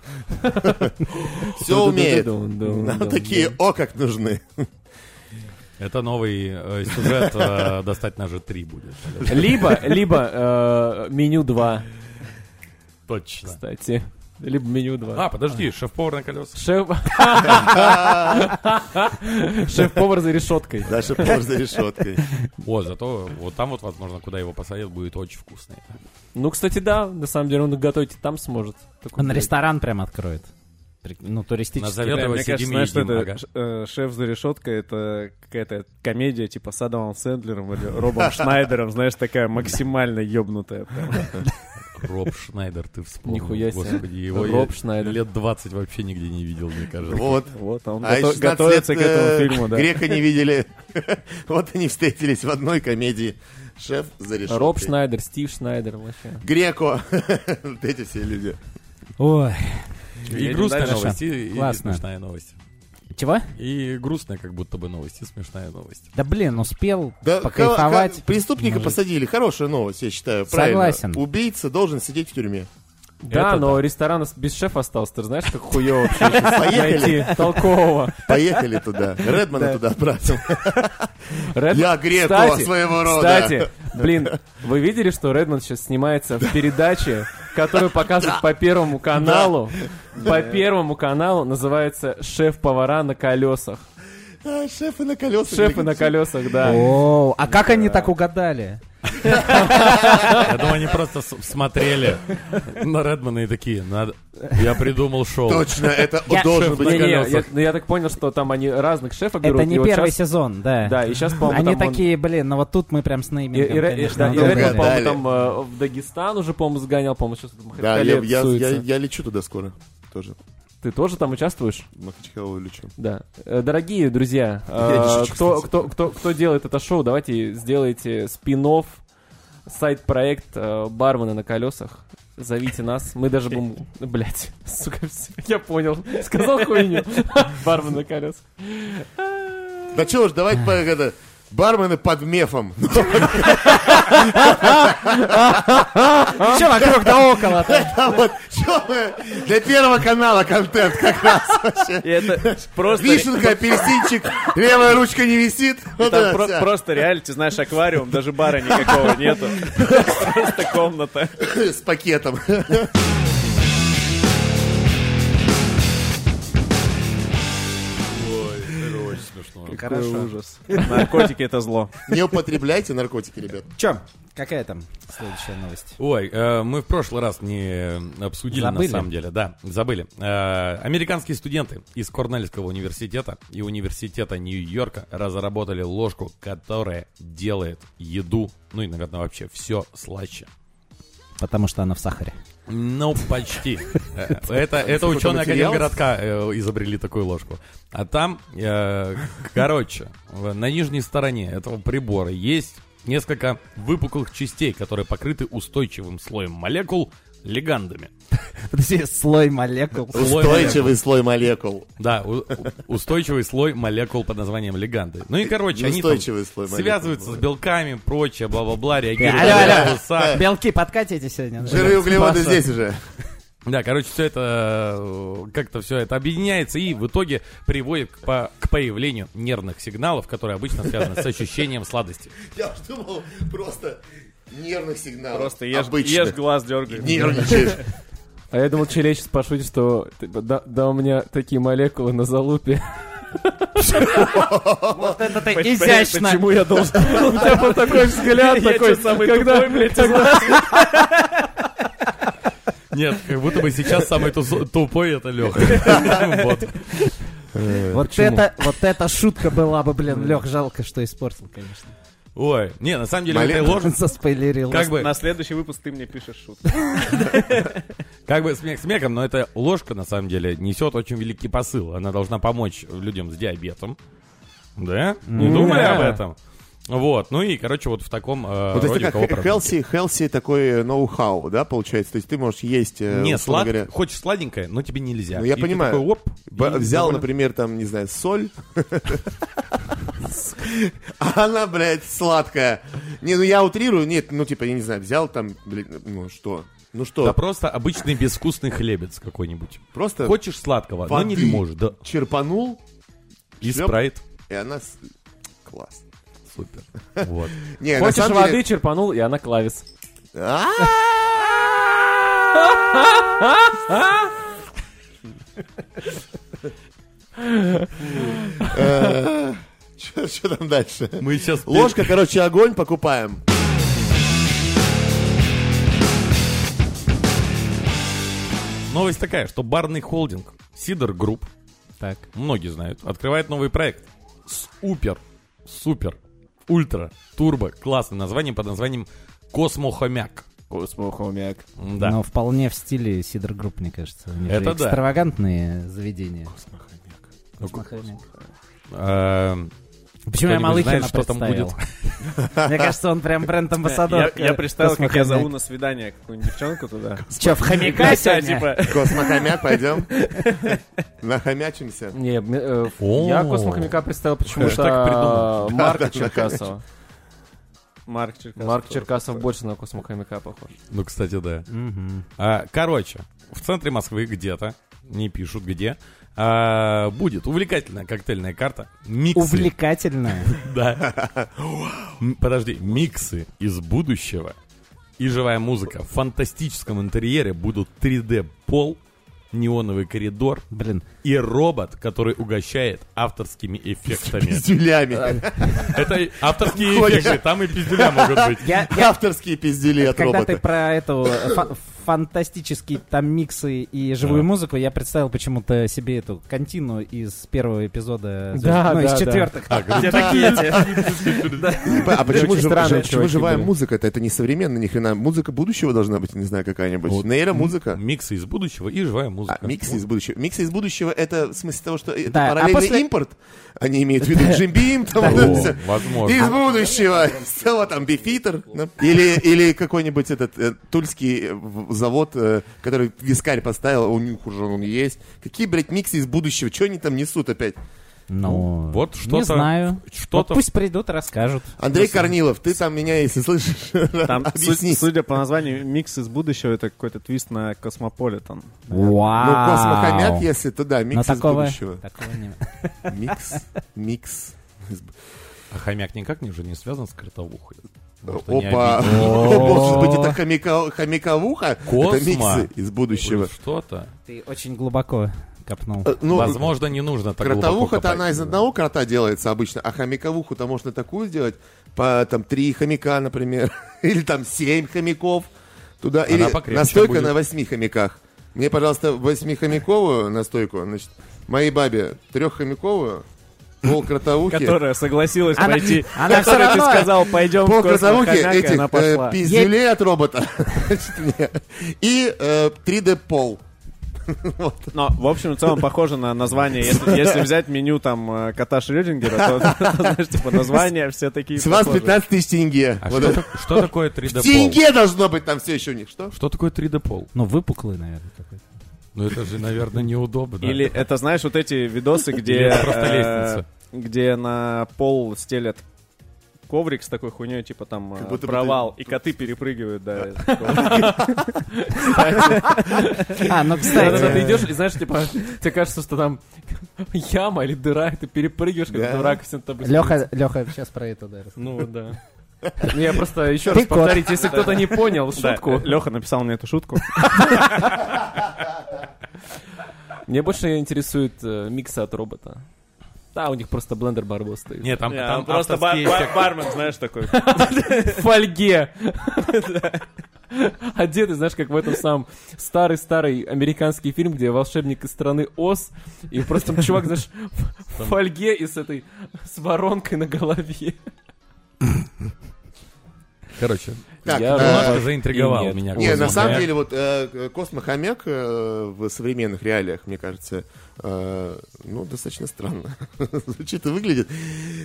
[SPEAKER 4] Все умеет. Нам такие о как нужны.
[SPEAKER 5] это новый э, сюжет э, «Достать ножи 3» будет.
[SPEAKER 3] Либо, либо э, меню 2,
[SPEAKER 5] Точно.
[SPEAKER 3] кстати. Либо меню 2.
[SPEAKER 5] А, подожди, шеф-повар на колесах.
[SPEAKER 3] Шеф... Шеф-повар за решеткой.
[SPEAKER 4] Дальше повар за решеткой.
[SPEAKER 5] О, зато вот там вот, возможно, куда его посадят, будет очень вкусно.
[SPEAKER 3] Ну, кстати, да, на самом деле он и готовить и там сможет. Такой,
[SPEAKER 1] Он
[SPEAKER 3] блядь,
[SPEAKER 1] ресторан прям откроет. Прик- Ну, туристический.
[SPEAKER 5] Назовет
[SPEAKER 2] Бля,
[SPEAKER 5] его
[SPEAKER 2] мне кажется,
[SPEAKER 5] «Сидим и
[SPEAKER 2] знаешь, что
[SPEAKER 5] едим»,
[SPEAKER 2] это
[SPEAKER 5] ага.
[SPEAKER 2] ш- э, шеф за решеткой, это какая-то комедия типа с Адамом Сэндлером или Робом Шнайдером, знаешь, такая максимально ёбнутая. прям.
[SPEAKER 5] Роб Шнайдер, ты вспомнил.
[SPEAKER 3] Нихуя себе.
[SPEAKER 5] Господи, его
[SPEAKER 3] Роб
[SPEAKER 5] я
[SPEAKER 3] Шнайдер.
[SPEAKER 5] лет 20 вообще нигде не видел, мне кажется.
[SPEAKER 4] Вот.
[SPEAKER 2] Вот, а он
[SPEAKER 4] А
[SPEAKER 2] гото-
[SPEAKER 4] еще 16
[SPEAKER 2] готовится к
[SPEAKER 4] лет, э,
[SPEAKER 2] этому фильму, да.
[SPEAKER 4] Грека не видели. Вот они встретились в одной комедии. Шеф за решеткой.
[SPEAKER 3] Роб Шнайдер, Стив Шнайдер вообще.
[SPEAKER 4] Греко. Вот эти все люди.
[SPEAKER 1] Ой.
[SPEAKER 5] И грустная
[SPEAKER 1] дальше.
[SPEAKER 5] новость, и, и
[SPEAKER 1] Классно.
[SPEAKER 5] смешная новость.
[SPEAKER 1] Чего?
[SPEAKER 5] И грустная как будто бы новость, и смешная новость.
[SPEAKER 1] Да блин, успел
[SPEAKER 4] Да,
[SPEAKER 1] покайфовать. Ну,
[SPEAKER 4] ка- ка- преступника посадили. Хорошая новость, я считаю. Правильно.
[SPEAKER 1] Согласен.
[SPEAKER 4] Убийца должен сидеть в тюрьме.
[SPEAKER 3] Да,
[SPEAKER 5] Это
[SPEAKER 3] но ресторан без шефа остался. Ты же знаешь, как хуёво вообще сейчас
[SPEAKER 4] Поехали.
[SPEAKER 3] найти толкового.
[SPEAKER 4] Поехали туда. Редмана туда отправил.
[SPEAKER 3] Ред-
[SPEAKER 4] Я Греко
[SPEAKER 3] Кстати,
[SPEAKER 4] своего рода.
[SPEAKER 3] Кстати, блин, вы видели, что Редмонд сейчас снимается в передаче, которую показывают по Первому каналу? По Первому каналу называется «Шеф-повара на колесах».
[SPEAKER 4] А, шефы на колесах.
[SPEAKER 3] Шефы на колесах, да.
[SPEAKER 1] О, а как они так угадали?
[SPEAKER 5] Я думаю, они просто с- смотрели на Редмана и такие, надо... Я придумал шоу.
[SPEAKER 4] Точно, это
[SPEAKER 1] Я-
[SPEAKER 4] должен
[SPEAKER 5] Шеф
[SPEAKER 4] быть
[SPEAKER 5] на
[SPEAKER 3] Не-не, я,
[SPEAKER 4] колесах.
[SPEAKER 3] ну, я так понял, что там они разных шефов берут.
[SPEAKER 1] Это не
[SPEAKER 3] и вот
[SPEAKER 1] первый
[SPEAKER 3] щас-
[SPEAKER 1] сезон, да.
[SPEAKER 3] Да, и сейчас, по-моему,
[SPEAKER 1] они
[SPEAKER 3] там он-
[SPEAKER 1] такие, блин, ну вот тут мы прям с
[SPEAKER 3] И, и,
[SPEAKER 1] неймингом,
[SPEAKER 3] Ре-
[SPEAKER 1] конечно,
[SPEAKER 3] да, и
[SPEAKER 1] угадали.
[SPEAKER 3] Редмонд,
[SPEAKER 4] Угадали.
[SPEAKER 3] по-моему, там э, в Дагестан уже, по-моему, сгонял, по-моему, сейчас в
[SPEAKER 4] Да, я,
[SPEAKER 3] Махачкале
[SPEAKER 4] я, я,
[SPEAKER 3] суется.
[SPEAKER 4] я лечу туда скоро. Тоже.
[SPEAKER 3] Ты тоже там участвуешь?
[SPEAKER 4] В Махачкалу лечу.
[SPEAKER 3] Да. Э, Дорогие друзья,
[SPEAKER 4] Я
[SPEAKER 3] э,
[SPEAKER 4] дешевчик,
[SPEAKER 3] кто,
[SPEAKER 4] кстати.
[SPEAKER 3] кто, кто, кто делает это шоу, давайте сделайте спин сайт-проект э, «Бармены на колесах». Зовите нас, мы даже будем... Блять, сука, всё, я понял. Сказал хуйню. Бармены на колесах.
[SPEAKER 4] Да чего ж, давайте по- это, бармены под мефом.
[SPEAKER 1] Чё вокруг да около-то?
[SPEAKER 4] А вот чё вы? Для первого канала контент как раз вообще.
[SPEAKER 2] И это просто...
[SPEAKER 4] Вишенка, апельсинчик, левая ручка не висит. Вот
[SPEAKER 2] Там
[SPEAKER 4] это
[SPEAKER 2] про-
[SPEAKER 4] вся.
[SPEAKER 2] просто реалити, знаешь, аквариум, даже бара никакого нету. Просто комната.
[SPEAKER 4] С пакетом.
[SPEAKER 2] Какой
[SPEAKER 1] Хорошо.
[SPEAKER 2] ужас. Наркотики — это зло.
[SPEAKER 4] Не употребляйте наркотики, ребят.
[SPEAKER 1] Че? Какая там следующая новость?
[SPEAKER 5] Ой, э, мы в прошлый раз не обсудили,
[SPEAKER 1] Забыли?
[SPEAKER 5] на самом деле, да, забыли. Э, американские студенты из Корнельского университета и университета Нью-Йорка разработали ложку, которая делает еду, ну и, наверное, вообще все слаще.
[SPEAKER 1] Потому что она в сахаре.
[SPEAKER 5] Ну, почти. Э, Это, это
[SPEAKER 4] какой-то
[SPEAKER 5] ученые
[SPEAKER 4] материал?
[SPEAKER 5] Академгородка э, изобрели такую ложку. А там, э, короче, в- на нижней стороне этого прибора есть несколько выпуклых частей, которые покрыты устойчивым слоем молекул легандами.
[SPEAKER 1] Подожди, слой молекул.
[SPEAKER 5] Слой
[SPEAKER 4] Устойчивый слой молекул.
[SPEAKER 5] Да, у- у- устойчивый слой молекул под названием леганды. Ну и, короче, они там
[SPEAKER 4] Устойчивый слой молекул.
[SPEAKER 5] связываются с белками, прочее, бла-бла-бла, реагируют
[SPEAKER 1] алло,
[SPEAKER 5] на
[SPEAKER 1] алло.
[SPEAKER 5] веса.
[SPEAKER 1] Белки подкатите сегодня.
[SPEAKER 4] Жиры и углеводы здесь уже.
[SPEAKER 5] Да, короче, все это э, как-то все это объединяется и в итоге приводит к, по- к появлению нервных сигналов, которые обычно связаны с ощущением сладости.
[SPEAKER 4] Я уж думал, просто нервных сигналов.
[SPEAKER 2] Просто ешь,
[SPEAKER 4] Обычных.
[SPEAKER 2] ешь глаз дергай.
[SPEAKER 4] Нервничаешь.
[SPEAKER 3] А я думал, Челя сейчас пошутит, что типа, да, да у меня такие молекулы на залупе.
[SPEAKER 1] Это ты
[SPEAKER 2] Понимаешь,
[SPEAKER 1] изящно.
[SPEAKER 2] Почему я должен?
[SPEAKER 3] У тебя был такой взгляд,
[SPEAKER 2] Я
[SPEAKER 3] такой,
[SPEAKER 2] чё, самый
[SPEAKER 3] когда...
[SPEAKER 2] тупой, блядь, из
[SPEAKER 5] Нет, как будто бы сейчас самый тузо- тупой это Леха. Вот.
[SPEAKER 1] Вот
[SPEAKER 3] Почему?
[SPEAKER 1] это, вот эта шутка была бы, блин, Лех, жалко, что испортил, конечно.
[SPEAKER 5] Ой, не, на самом деле в этой
[SPEAKER 4] Малин-
[SPEAKER 5] ложке
[SPEAKER 1] Заспойлерил.
[SPEAKER 5] как бы
[SPEAKER 2] На следующий выпуск ты мне пишешь шутку.
[SPEAKER 5] Как бы смех смехом, но эта ложка, на самом деле, несет очень великий посыл. Она должна помочь людям с диабетом. Да? Не
[SPEAKER 3] М,
[SPEAKER 5] думали
[SPEAKER 3] да.
[SPEAKER 5] об этом? Вот, ну и, короче, вот в таком э,
[SPEAKER 4] Ну, то есть
[SPEAKER 5] роде
[SPEAKER 4] это как
[SPEAKER 5] кого-то-
[SPEAKER 4] хелси, хелси такой ноу-хау, да, получается? То есть ты можешь есть... э,
[SPEAKER 5] Не,
[SPEAKER 4] условно
[SPEAKER 5] слад...
[SPEAKER 4] говоря,
[SPEAKER 5] хочешь сладенькое, но тебе нельзя.
[SPEAKER 4] Ну, я
[SPEAKER 5] И ты
[SPEAKER 4] понимаю.
[SPEAKER 5] такой, оп,
[SPEAKER 4] б-
[SPEAKER 5] и
[SPEAKER 4] Взял,
[SPEAKER 5] довольно-
[SPEAKER 4] например, там, не знаю, соль. А она, блядь, сладкая. Не, ну я утрирую, нет, ну типа, я не знаю, взял там, блядь, ну что? Ну
[SPEAKER 5] Да
[SPEAKER 4] что,
[SPEAKER 5] просто обычный безвкусный хлебец какой-нибудь.
[SPEAKER 4] просто
[SPEAKER 5] Хочешь сладкого, но не
[SPEAKER 4] Воды.
[SPEAKER 5] можешь. Да.
[SPEAKER 4] черпанул,
[SPEAKER 5] И
[SPEAKER 4] Шлеп.
[SPEAKER 5] спрайт.
[SPEAKER 4] и она... с- Класс.
[SPEAKER 5] Супер. Вот.
[SPEAKER 4] Не, на
[SPEAKER 3] Хочешь
[SPEAKER 4] самом
[SPEAKER 3] воды,
[SPEAKER 4] деле-
[SPEAKER 3] черпанул, и она клавис.
[SPEAKER 4] Что там дальше?
[SPEAKER 5] Мы сейчас...
[SPEAKER 4] Ложка, короче, огонь покупаем.
[SPEAKER 5] Новость такая, что барный холдинг Сидор Групп, так. многие знают, открывает новый проект. Супер, супер, ультра, турбо, классным названием под названием Космохомяк.
[SPEAKER 3] Космохомяк.
[SPEAKER 5] Да.
[SPEAKER 1] Но вполне в стиле Сидор Групп, мне кажется. У них
[SPEAKER 5] Это
[SPEAKER 1] же
[SPEAKER 5] да.
[SPEAKER 1] экстравагантные заведения. Космохомяк. Почему я
[SPEAKER 5] Э, Кто-нибудь
[SPEAKER 1] Малыхина
[SPEAKER 5] знает, что там
[SPEAKER 1] представил? Мне кажется, он прям бренд-амбассадор.
[SPEAKER 2] Я я представил, как я зову на свидание какую-нибудь девчонку туда.
[SPEAKER 1] Че, в хомяка
[SPEAKER 2] Хотя,
[SPEAKER 1] сегодня?
[SPEAKER 2] типа,
[SPEAKER 4] Космохомяк, пойдем. Нахомячимся.
[SPEAKER 3] Не, м- э,
[SPEAKER 5] О.
[SPEAKER 3] я космохомяка представил
[SPEAKER 5] Я ж так
[SPEAKER 3] почему-то
[SPEAKER 5] придумал.
[SPEAKER 3] Марка Черкасова.
[SPEAKER 2] Марк Черкасов.
[SPEAKER 3] Марк Черкасов больше на космохомяка похож.
[SPEAKER 5] Ну, кстати, да.
[SPEAKER 1] Мгм.
[SPEAKER 5] А, короче, в центре Москвы где-то, не пишут где, а, будет увлекательная коктейльная карта. Миксы.
[SPEAKER 1] Увлекательная.
[SPEAKER 5] Да. М, Подожди, миксы из будущего и живая музыка в фантастическом интерьере будут 3D-пол, неоновый коридор
[SPEAKER 1] Блин.
[SPEAKER 5] и робот, который угощает авторскими эффектами.
[SPEAKER 4] Пиздюлями.
[SPEAKER 5] Это и авторские эффекты, там и пиздюля могут быть.
[SPEAKER 1] Я, я-
[SPEAKER 4] Авторские пиздюли от
[SPEAKER 1] когда ты
[SPEAKER 4] робота.
[SPEAKER 1] про эту э, фа- фантастические там миксы и живую
[SPEAKER 5] Да.
[SPEAKER 1] музыку, я представил почему-то себе эту контину из первого эпизода, «Звезд-
[SPEAKER 3] Да,
[SPEAKER 1] ну,
[SPEAKER 3] да,
[SPEAKER 1] из
[SPEAKER 3] да.
[SPEAKER 1] четвертых.
[SPEAKER 5] А,
[SPEAKER 1] Где такие эти?
[SPEAKER 4] А почему,
[SPEAKER 3] Очень
[SPEAKER 4] жив-
[SPEAKER 3] странные
[SPEAKER 4] жив- почему
[SPEAKER 3] чуваки
[SPEAKER 4] живая
[SPEAKER 3] были.
[SPEAKER 4] музыка-то? Это не современная ни хрена. Музыка будущего должна быть, не знаю, какая-нибудь.
[SPEAKER 5] Вот.
[SPEAKER 4] Нейромузыка.
[SPEAKER 5] Миксы из будущего и живая музыка.
[SPEAKER 4] А, миксы из будущего. Миксы из будущего — это в смысле того, что это
[SPEAKER 1] Да, а
[SPEAKER 4] параллельный
[SPEAKER 1] после-
[SPEAKER 4] импорт. Они имеют в виду Джим Бим, там вот это
[SPEAKER 5] О,
[SPEAKER 4] всё. Из
[SPEAKER 5] возможно.
[SPEAKER 4] будущего. Всего там бифитер. да. Или, или какой-нибудь этот э, тульский э, в- завод, э, который вискарь поставил, а у них уже он есть. Какие, блядь, миксы из будущего? Что они там несут опять?
[SPEAKER 1] Ну,
[SPEAKER 5] Вот что-то-
[SPEAKER 1] Не знаю. Вот
[SPEAKER 5] Что-то
[SPEAKER 1] пусть придут, расскажут.
[SPEAKER 4] Андрей Корнилов, ты там меня, если слышишь,
[SPEAKER 2] Там,
[SPEAKER 4] объясни.
[SPEAKER 2] су- судя по названию, микс из будущего это какой-то твист на Космополитен.
[SPEAKER 4] Ну, космохомяк,
[SPEAKER 1] Вау.
[SPEAKER 4] если, то да,
[SPEAKER 1] А. Но
[SPEAKER 4] микс из
[SPEAKER 1] такого
[SPEAKER 4] будущего.
[SPEAKER 1] такого не-
[SPEAKER 4] Микс, микс.
[SPEAKER 5] А хомяк никак не же не связан с кротовухой. Может, они
[SPEAKER 4] Опа.
[SPEAKER 5] обидели.
[SPEAKER 4] Может быть, это хомяка- хомяковуха?
[SPEAKER 5] Космо.
[SPEAKER 4] Это миксы из будущего.
[SPEAKER 5] Будет Что-то.
[SPEAKER 1] Ты очень глубоко копнул.
[SPEAKER 4] Э, Ну,
[SPEAKER 5] Возможно, не нужно так глубоко
[SPEAKER 4] кротовуха-то
[SPEAKER 5] копать.
[SPEAKER 4] она из одного крота делается обычно, а хомяковуху-то можно такую сделать, по там три хомяка, например, или там семь хомяков туда,
[SPEAKER 5] Она
[SPEAKER 4] или
[SPEAKER 5] покрепче
[SPEAKER 4] настойка
[SPEAKER 5] будет.
[SPEAKER 4] на восьми хомяках. Мне, пожалуйста, восьмихомяковую настойку, значит, моей бабе треххомяковую, пол кротовухи,
[SPEAKER 2] Которая согласилась
[SPEAKER 1] Она-
[SPEAKER 2] пойти.
[SPEAKER 1] она всё
[SPEAKER 2] Которой
[SPEAKER 1] равно-
[SPEAKER 2] ты сказал, пойдем
[SPEAKER 4] пол
[SPEAKER 2] в космос,
[SPEAKER 4] кротовухи
[SPEAKER 2] хомяк, и
[SPEAKER 4] этих
[SPEAKER 2] она пошла.
[SPEAKER 4] э, пиздюлей от робота значит, мне. и э, 3D пол.
[SPEAKER 2] Но, в общем и целом, похоже на название. Если, если взять меню там э, кота Шрёдингера, то, знаешь, типа, названия все такие
[SPEAKER 4] С вас
[SPEAKER 2] похожи.
[SPEAKER 4] 15 тысяч тенге.
[SPEAKER 5] А
[SPEAKER 4] Вот
[SPEAKER 5] что,
[SPEAKER 4] это.
[SPEAKER 5] так- что такое 3D пол?
[SPEAKER 4] Тенге должно быть там все еще у них. Что?
[SPEAKER 5] Что такое 3D пол?
[SPEAKER 1] Ну, выпуклый, наверное, какой-то.
[SPEAKER 5] Ну это же, наверное, неудобно.
[SPEAKER 2] Или это, знаешь, вот эти видосы, где...
[SPEAKER 5] Или просто
[SPEAKER 2] э,
[SPEAKER 5] лестница.
[SPEAKER 2] Где на пол стелят коврик с такой хуйней, типа там э,
[SPEAKER 4] Как будто бы
[SPEAKER 2] провал, и коты перепрыгивают, да.
[SPEAKER 1] А, ну,
[SPEAKER 3] Да-да-да,
[SPEAKER 1] кстати,
[SPEAKER 3] ты идешь и знаешь, типа, тебе кажется, что там яма или дыра, и ты перепрыгиваешь, как
[SPEAKER 4] Да.
[SPEAKER 3] то в раковине там
[SPEAKER 1] Леха, Леха, сейчас про это, да, расскажу.
[SPEAKER 3] Ну да. Ну, Я просто еще
[SPEAKER 1] Ты
[SPEAKER 3] раз
[SPEAKER 1] кот.
[SPEAKER 3] повторить, если кто-то не понял шутку.
[SPEAKER 2] Леха написал мне эту шутку.
[SPEAKER 3] Мне больше интересует э, миксы от робота. Да, у них просто блендер барбос стоит.
[SPEAKER 5] Нет, там,
[SPEAKER 2] Не,
[SPEAKER 5] А там
[SPEAKER 2] он просто ба-
[SPEAKER 5] авторские
[SPEAKER 2] ба-
[SPEAKER 5] всяк-
[SPEAKER 2] бармен, знаешь, такой.
[SPEAKER 3] в фольге. Одетый, знаешь, как в этом самом старый-старый американский фильм, где волшебник из страны Оз, и просто там чувак, знаешь, в в фольге и с этой, с воронкой на голове.
[SPEAKER 5] Короче,
[SPEAKER 4] Так,
[SPEAKER 3] Я
[SPEAKER 4] э,
[SPEAKER 5] немножко заинтриговал
[SPEAKER 2] Э,
[SPEAKER 3] и нет.
[SPEAKER 5] меня.
[SPEAKER 4] Не, на
[SPEAKER 5] Кузьма.
[SPEAKER 4] самом
[SPEAKER 5] Я-
[SPEAKER 4] деле, вот э, космохомяк э, в современных реалиях, мне кажется, э, ну, достаточно странно звучит и выглядит.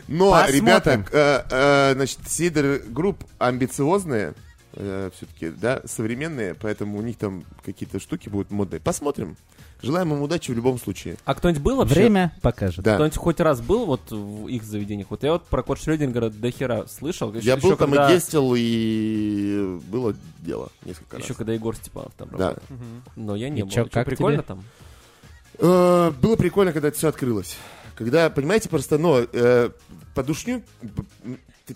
[SPEAKER 4] Но,
[SPEAKER 1] Посмотрим.
[SPEAKER 4] ребята, э, э, значит, Сидер Групп амбициозные, все-таки, да, современные, поэтому у них там какие-то штуки будут модные. Посмотрим. Желаем им удачи в любом случае.
[SPEAKER 3] А кто-нибудь был вообще?
[SPEAKER 1] Время покажет.
[SPEAKER 4] Да.
[SPEAKER 3] Кто-нибудь хоть раз был вот в их заведениях? Вот я вот про код Шрёдингера до хера слышал.
[SPEAKER 4] Я
[SPEAKER 3] Ещё
[SPEAKER 4] был там
[SPEAKER 3] когда-
[SPEAKER 4] и тестил, и было дело несколько раз.
[SPEAKER 3] Еще когда Егор Степанов там
[SPEAKER 4] Да.
[SPEAKER 3] работал. Но я не
[SPEAKER 1] И
[SPEAKER 3] был.
[SPEAKER 1] чё,
[SPEAKER 3] Чё,
[SPEAKER 1] как
[SPEAKER 3] прикольно
[SPEAKER 1] тебе?
[SPEAKER 3] там?
[SPEAKER 4] Э, Было прикольно, когда это все открылось. Когда, понимаете, просто, ну, э, подушню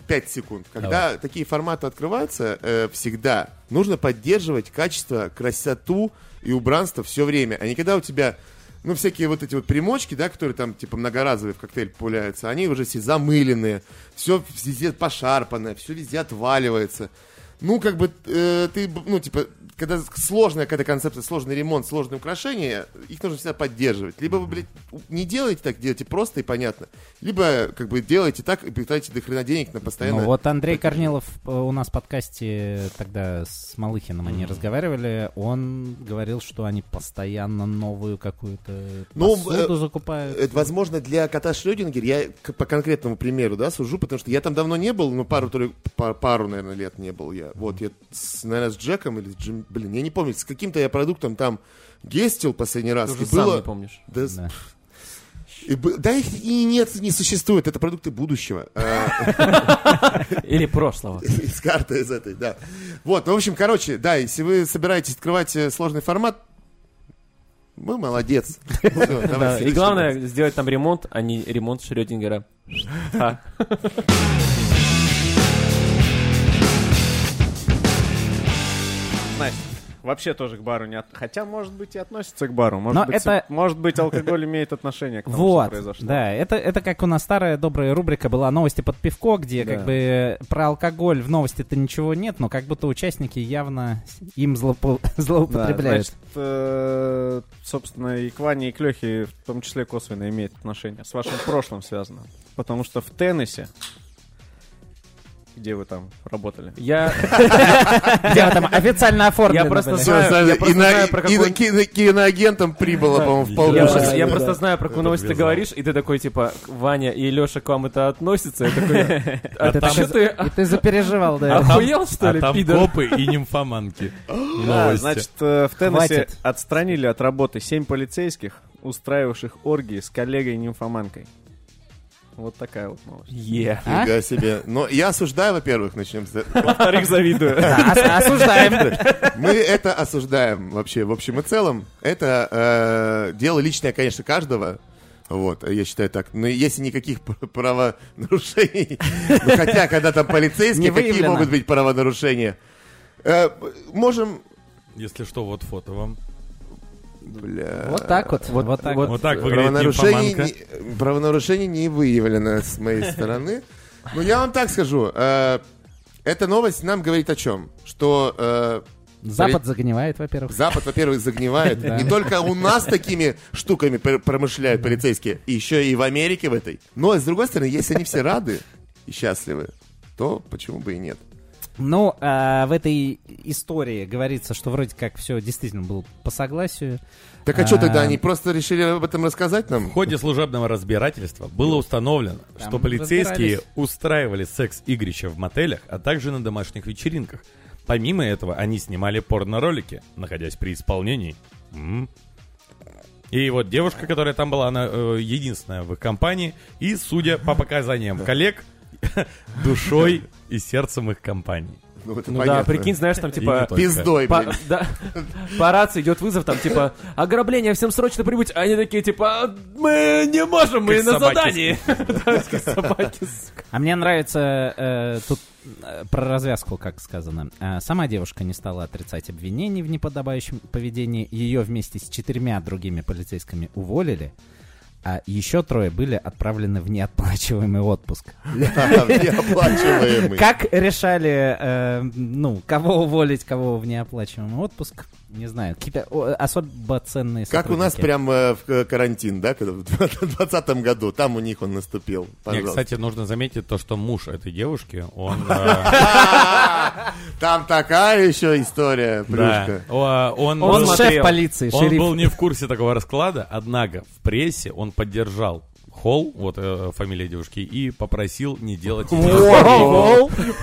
[SPEAKER 4] 5 секунд. Когда такие форматы открываются, э, всегда нужно поддерживать качество, красоту и убранство все время. А не когда у тебя, ну, всякие вот эти вот примочки, да, которые там, типа, многоразовые в коктейль пуляются, они уже все замыленные, все везде пошарпанное, все везде отваливается. Ну, как бы, э, ты, б- ну, типа, когда сложная какая-то концепция, сложный ремонт, сложные украшения, их нужно всегда поддерживать. Либо вы, блядь, не делаете так, делайте просто и понятно. Либо, как бы, делайте так и питайте до хрена денег на постоянно.
[SPEAKER 1] Ну, вот Андрей Корнилов э, у нас в подкасте тогда с Малыхиным они разговаривали. Он говорил, что они постоянно новую какую-то
[SPEAKER 4] Ну, э,
[SPEAKER 1] посуду закупают.
[SPEAKER 4] Это, возможно, для кота Шрёдингер, я к- по конкретному примеру, да, сужу, потому что я там давно не был, ну, пару, то ли- пар- пару, наверное, лет не был я. Вот, я, с, наверное, с Джеком или с Джим, блин, я не помню, с каким-то я продуктом там гестил последний раз.
[SPEAKER 3] Ты
[SPEAKER 4] и
[SPEAKER 3] уже сам
[SPEAKER 4] А было-
[SPEAKER 3] не помнишь.
[SPEAKER 4] Да, с-
[SPEAKER 1] Да.
[SPEAKER 4] и бы- да их и нет, не существует, это продукты будущего. Э,
[SPEAKER 3] Или прошлого.
[SPEAKER 4] Из карты из этой, да. Вот, ну, в общем, короче, да, если вы собираетесь открывать э, сложный формат, вы молодец. Всё, давай,
[SPEAKER 3] Да, и
[SPEAKER 4] следующий
[SPEAKER 3] главное
[SPEAKER 4] вопрос.
[SPEAKER 3] сделать там ремонт, а не ремонт Шрёдингера. Да.
[SPEAKER 2] Настя, вообще тоже к бару не от... Хотя, может быть, и относится к бару. Может,
[SPEAKER 1] Но
[SPEAKER 2] быть,
[SPEAKER 1] это-
[SPEAKER 2] с- может быть, алкоголь имеет отношение к тому, что
[SPEAKER 1] Вот,
[SPEAKER 2] произошло.
[SPEAKER 1] да, это, это как у нас старая добрая рубрика была «Новости под пивко», где
[SPEAKER 2] Да.
[SPEAKER 1] как бы э, про алкоголь в новости-то ничего нет, но как будто участники явно им злоупо-
[SPEAKER 2] Да,
[SPEAKER 1] злоупотребляют.
[SPEAKER 2] значит, э, собственно, и к Ване, и к Лехе в том числе косвенно имеет отношение. С вашим прошлым связано. Потому что в Теннессе, где вы там работали,
[SPEAKER 3] Я
[SPEAKER 1] Где вы там официально оформлены
[SPEAKER 3] Я просто
[SPEAKER 1] были?
[SPEAKER 4] Всё,
[SPEAKER 3] знаю,
[SPEAKER 4] Саша,
[SPEAKER 3] я просто
[SPEAKER 4] и на-
[SPEAKER 3] знаю, про
[SPEAKER 4] и на
[SPEAKER 3] какой-
[SPEAKER 4] кино- киноагентом прибыло, по-моему, в
[SPEAKER 3] я
[SPEAKER 5] Да,
[SPEAKER 4] полгода.
[SPEAKER 3] просто- я
[SPEAKER 5] да,
[SPEAKER 3] просто знаю, про какую
[SPEAKER 5] Это
[SPEAKER 3] новость ты
[SPEAKER 5] ввязал.
[SPEAKER 3] говоришь, и ты такой, типа, Ваня и Леша к вам это относятся? Я такой, а
[SPEAKER 1] ты
[SPEAKER 3] там
[SPEAKER 1] такой-
[SPEAKER 3] что ты
[SPEAKER 1] И ты запереживал, да.
[SPEAKER 5] там-
[SPEAKER 3] охуел, что
[SPEAKER 5] А
[SPEAKER 3] ли,
[SPEAKER 5] там
[SPEAKER 3] пидор?
[SPEAKER 5] копы и нимфоманки.
[SPEAKER 2] Да,
[SPEAKER 5] Новости.
[SPEAKER 2] значит, э, в Теннессе
[SPEAKER 1] Хватит.
[SPEAKER 2] отстранили от работы семь полицейских, устраивавших оргии с коллегой-нимфоманкой. Вот такая вот новость.
[SPEAKER 3] Е.
[SPEAKER 1] А?
[SPEAKER 4] Нифига себе. Но я осуждаю, во-первых, начнем с
[SPEAKER 2] Во-вторых, завидую.
[SPEAKER 1] Да, ос- Осуждаем.
[SPEAKER 4] Мы это осуждаем вообще. В общем и целом, это э, дело личное, конечно, каждого. Вот, я считаю так. Но если никаких п- правонарушений, ну, хотя, когда там
[SPEAKER 1] Не
[SPEAKER 4] полицейские, какие
[SPEAKER 1] выявлено.
[SPEAKER 4] могут быть правонарушения? Э, Можем
[SPEAKER 5] Если что, вот фото вам.
[SPEAKER 4] Бля.
[SPEAKER 1] Вот так вот. Вот, так вот.
[SPEAKER 5] Вот так выглядит
[SPEAKER 4] Правонарушений
[SPEAKER 5] нимфоманка.
[SPEAKER 4] не, правонарушений не выявлено с моей стороны. Ну, я вам так скажу. э, Эта новость нам говорит о чем? Что э,
[SPEAKER 1] Запад загнивает, во-первых.
[SPEAKER 4] Запад, во-первых, загнивает.
[SPEAKER 1] Да.
[SPEAKER 4] Не только у нас такими штуками пр- промышляют полицейские, и еще и в Америке в этой. Но, с другой стороны, если они все рады и счастливы, то почему бы и нет?
[SPEAKER 1] Ну, а, в этой истории говорится, что вроде как все действительно было по согласию.
[SPEAKER 4] Так а что тогда,
[SPEAKER 1] А.
[SPEAKER 4] они просто решили об этом рассказать
[SPEAKER 5] В
[SPEAKER 4] нам?
[SPEAKER 5] ходе служебного разбирательства было установлено,
[SPEAKER 1] Там
[SPEAKER 5] что полицейские
[SPEAKER 1] разбирались.
[SPEAKER 5] устраивали секс-игрища в мотелях, а также на домашних вечеринках. Помимо этого, они снимали порно-ролики, находясь при исполнении. М. И вот девушка, которая там была, она э, единственная в их компании, и, судя по показаниям коллег, душой и сердцем их компании.
[SPEAKER 4] Ну, это
[SPEAKER 3] Ну да,
[SPEAKER 4] понятно.
[SPEAKER 3] прикинь, знаешь, там
[SPEAKER 5] И не
[SPEAKER 3] типа...
[SPEAKER 5] только.
[SPEAKER 4] Пиздой,
[SPEAKER 3] По,
[SPEAKER 4] блин.
[SPEAKER 3] да, по рации идет вызов, там типа ограбление, всем срочно прибыть. А они такие типа мы не можем, мы
[SPEAKER 5] Как
[SPEAKER 3] на
[SPEAKER 5] собаки.
[SPEAKER 3] задании. Да, как собаки, сука.
[SPEAKER 1] А мне нравится э, тут э, про развязку, как сказано. А, сама девушка не стала отрицать обвинений в неподобающем поведении. Ее вместе с четырьмя другими полицейскими уволили. А еще трое были отправлены в неоплачиваемый отпуск.
[SPEAKER 4] Неоплачиваемый.
[SPEAKER 1] Как решали, э, ну, кого уволить, кого в неоплачиваемый отпуск, не знаю. Какие-то о, особо ценные
[SPEAKER 4] Как у нас
[SPEAKER 1] сотрудники.
[SPEAKER 4] прям э, в к- карантин, да, когда в 2020 году, там у них он наступил.
[SPEAKER 5] Мне,
[SPEAKER 4] Пожалуйста.
[SPEAKER 5] кстати, нужно заметить то, что муж этой девушки, он... э,
[SPEAKER 4] Там такая еще история,
[SPEAKER 5] да,
[SPEAKER 4] плюшка.
[SPEAKER 5] о, Он
[SPEAKER 1] Он,
[SPEAKER 5] был-
[SPEAKER 1] шеф полиции,
[SPEAKER 5] Он
[SPEAKER 1] шериф.
[SPEAKER 5] был не в курсе такого расклада, однако в прессе он поддержал Холл, вот э, фамилия девушки, и попросил не делать... из него комедию.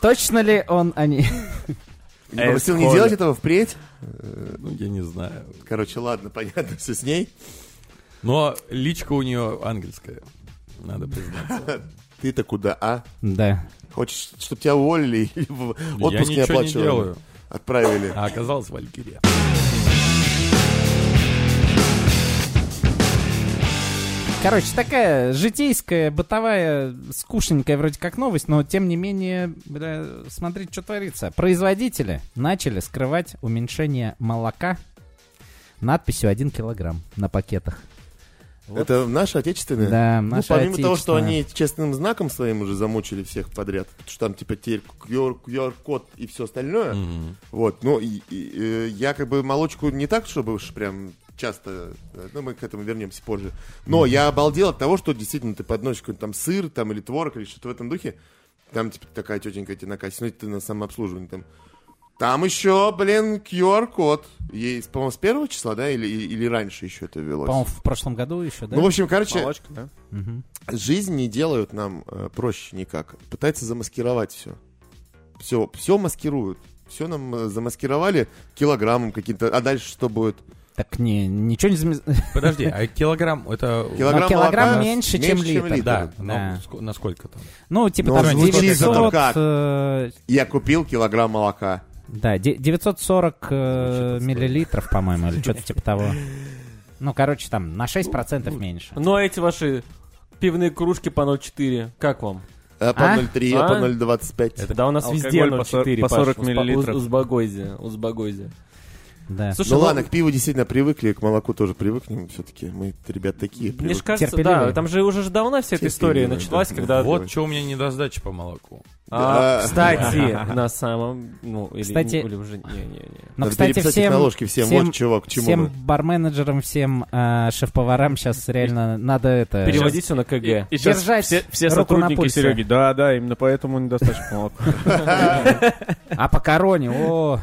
[SPEAKER 1] Точно ли он они?
[SPEAKER 4] Не Попросил не делать этого впредь.
[SPEAKER 5] Ну, я не знаю.
[SPEAKER 4] Короче, ладно, понятно, все с ней.
[SPEAKER 5] Но личка у нее ангельская, надо признать.
[SPEAKER 4] Ты-то куда, а?
[SPEAKER 1] Да.
[SPEAKER 4] Хочешь, чтобы тебя уволили или в отпуск
[SPEAKER 5] я ничего не
[SPEAKER 4] неоплачиваемый
[SPEAKER 5] делаю,
[SPEAKER 4] Отправили.
[SPEAKER 5] а оказалось Валькирия.
[SPEAKER 1] Короче, такая житейская, бытовая, скучненькая вроде как новость, но тем не менее, бля, смотрите, что творится. Производители начали скрывать уменьшение молока надписью 1 килограмм на пакетах.
[SPEAKER 4] Это наше отечественное?
[SPEAKER 1] Да,
[SPEAKER 4] Ну,
[SPEAKER 1] наше
[SPEAKER 4] помимо того, что
[SPEAKER 1] отечественное.
[SPEAKER 4] они честным знаком своим уже замучили всех подряд, потому что там типа теперь QR, код и все остальное. Вот, ну, и, и, э, я как бы молочку не так, чтобы уж прям часто, э, ну, мы к этому вернемся позже. Но я обалдел от того, что действительно ты подносишь какой-нибудь там сыр, там, или творог, или что-то в этом духе. Там, типа, такая тетенька тебе на кассе, ну, ты на самообслуживании там. Там еще, блин, QR-код. Есть, по-моему, с первого числа, да, или, или, или раньше еще это велось?
[SPEAKER 1] По-моему, в прошлом году еще, да?
[SPEAKER 4] Ну, в общем, короче,
[SPEAKER 2] Молочка, да?
[SPEAKER 1] Мгм.
[SPEAKER 4] жизнь не делают нам э, проще никак. Пытаются замаскировать все. Все, все маскируют. Все нам э, замаскировали килограммом каким-то. А дальше что будет?
[SPEAKER 1] Так не, ничего не... зам-
[SPEAKER 5] Подожди, а килограмм это...
[SPEAKER 1] Но килограмм
[SPEAKER 4] молока
[SPEAKER 1] меньше, чем литр.
[SPEAKER 5] Да,
[SPEAKER 1] Да.
[SPEAKER 5] но ск- насколько там?
[SPEAKER 1] Ну, типа
[SPEAKER 4] Ну,
[SPEAKER 1] там
[SPEAKER 4] звучит это
[SPEAKER 1] 900...
[SPEAKER 4] как?
[SPEAKER 1] э,
[SPEAKER 4] Я купил килограмм молока.
[SPEAKER 1] Да, де- 940 э, миллилитров, по-моему, или что-то типа того. Ну, короче, там на 6% меньше.
[SPEAKER 3] Ну а эти ваши пивные кружки по 0,4, как вам?
[SPEAKER 4] Э, По
[SPEAKER 1] А?
[SPEAKER 4] 0,3, а?
[SPEAKER 3] А?
[SPEAKER 4] по 0,25.
[SPEAKER 5] Это
[SPEAKER 3] Да у нас
[SPEAKER 2] алкоголь
[SPEAKER 3] везде
[SPEAKER 2] по
[SPEAKER 3] 0,4,
[SPEAKER 2] по
[SPEAKER 3] Паш,
[SPEAKER 2] 40
[SPEAKER 3] узба-
[SPEAKER 2] миллилитров.
[SPEAKER 3] уз- Узбагозия, узбагозия.
[SPEAKER 1] Да.
[SPEAKER 3] Слушай,
[SPEAKER 4] Ну ладно, к пиву действительно привыкли, к молоку тоже привыкнем все-таки. Мы, ребят, такие
[SPEAKER 3] мне же
[SPEAKER 4] привыкли.
[SPEAKER 3] кажется,
[SPEAKER 1] терпеливые.
[SPEAKER 3] да, там же уже ж давно вся эта история
[SPEAKER 4] Терпеливые,
[SPEAKER 3] началась,
[SPEAKER 4] да.
[SPEAKER 3] когда...
[SPEAKER 5] Вот что у меня недосдача по молоку.
[SPEAKER 3] А,
[SPEAKER 4] Да.
[SPEAKER 3] Кстати, на самом... Ну, или,
[SPEAKER 1] Кстати-
[SPEAKER 3] или уже... Не-не-не.
[SPEAKER 1] Но,
[SPEAKER 4] Надо
[SPEAKER 1] ну, кстати,
[SPEAKER 4] переписать их
[SPEAKER 1] всем,
[SPEAKER 4] на ложке всем,
[SPEAKER 1] всем-
[SPEAKER 4] вот чувак, к чему
[SPEAKER 1] всем
[SPEAKER 4] мы.
[SPEAKER 1] барменеджерам, всем э, шеф-поварам сейчас реально надо это...
[SPEAKER 3] Переводить все на КГ.
[SPEAKER 2] И щас
[SPEAKER 1] Держать
[SPEAKER 2] все, все
[SPEAKER 1] руку на
[SPEAKER 2] сотрудники
[SPEAKER 1] пульсе.
[SPEAKER 2] Сереги. Да, да, именно поэтому недостаточно молока.
[SPEAKER 1] А по короне, о,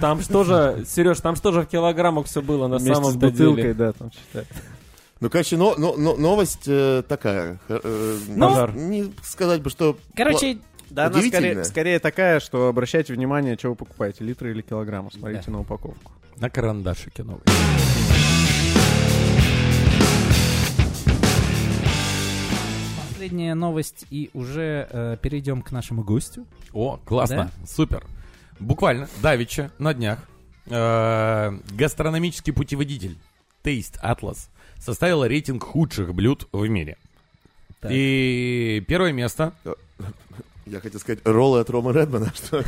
[SPEAKER 3] Там что же, Сереж, там что же в килограммах все было на
[SPEAKER 2] Вместе с
[SPEAKER 3] самом
[SPEAKER 2] бутылкой,
[SPEAKER 3] деле?
[SPEAKER 2] да, там считай.
[SPEAKER 4] Ну, короче, но, но- но- новость э, такая. Э, э,
[SPEAKER 1] Ну,
[SPEAKER 4] Назар, не сказать бы, что...
[SPEAKER 1] короче,
[SPEAKER 2] Да, она
[SPEAKER 4] Удивительно.
[SPEAKER 2] скорее, скорее такая, что обращайте внимание, что вы покупаете, литры или килограммы, смотрите
[SPEAKER 1] Да.
[SPEAKER 2] на упаковку.
[SPEAKER 5] На карандашике новый.
[SPEAKER 1] последняя новость, и уже э, перейдем к нашему гостю.
[SPEAKER 5] О, классно, супер. Буквально, давеча, на днях, э, гастрономический путеводитель Taste Atlas составил рейтинг худших блюд в мире.
[SPEAKER 1] Так.
[SPEAKER 5] И первое место
[SPEAKER 4] Я хотел сказать роллы от Рома Редмана, что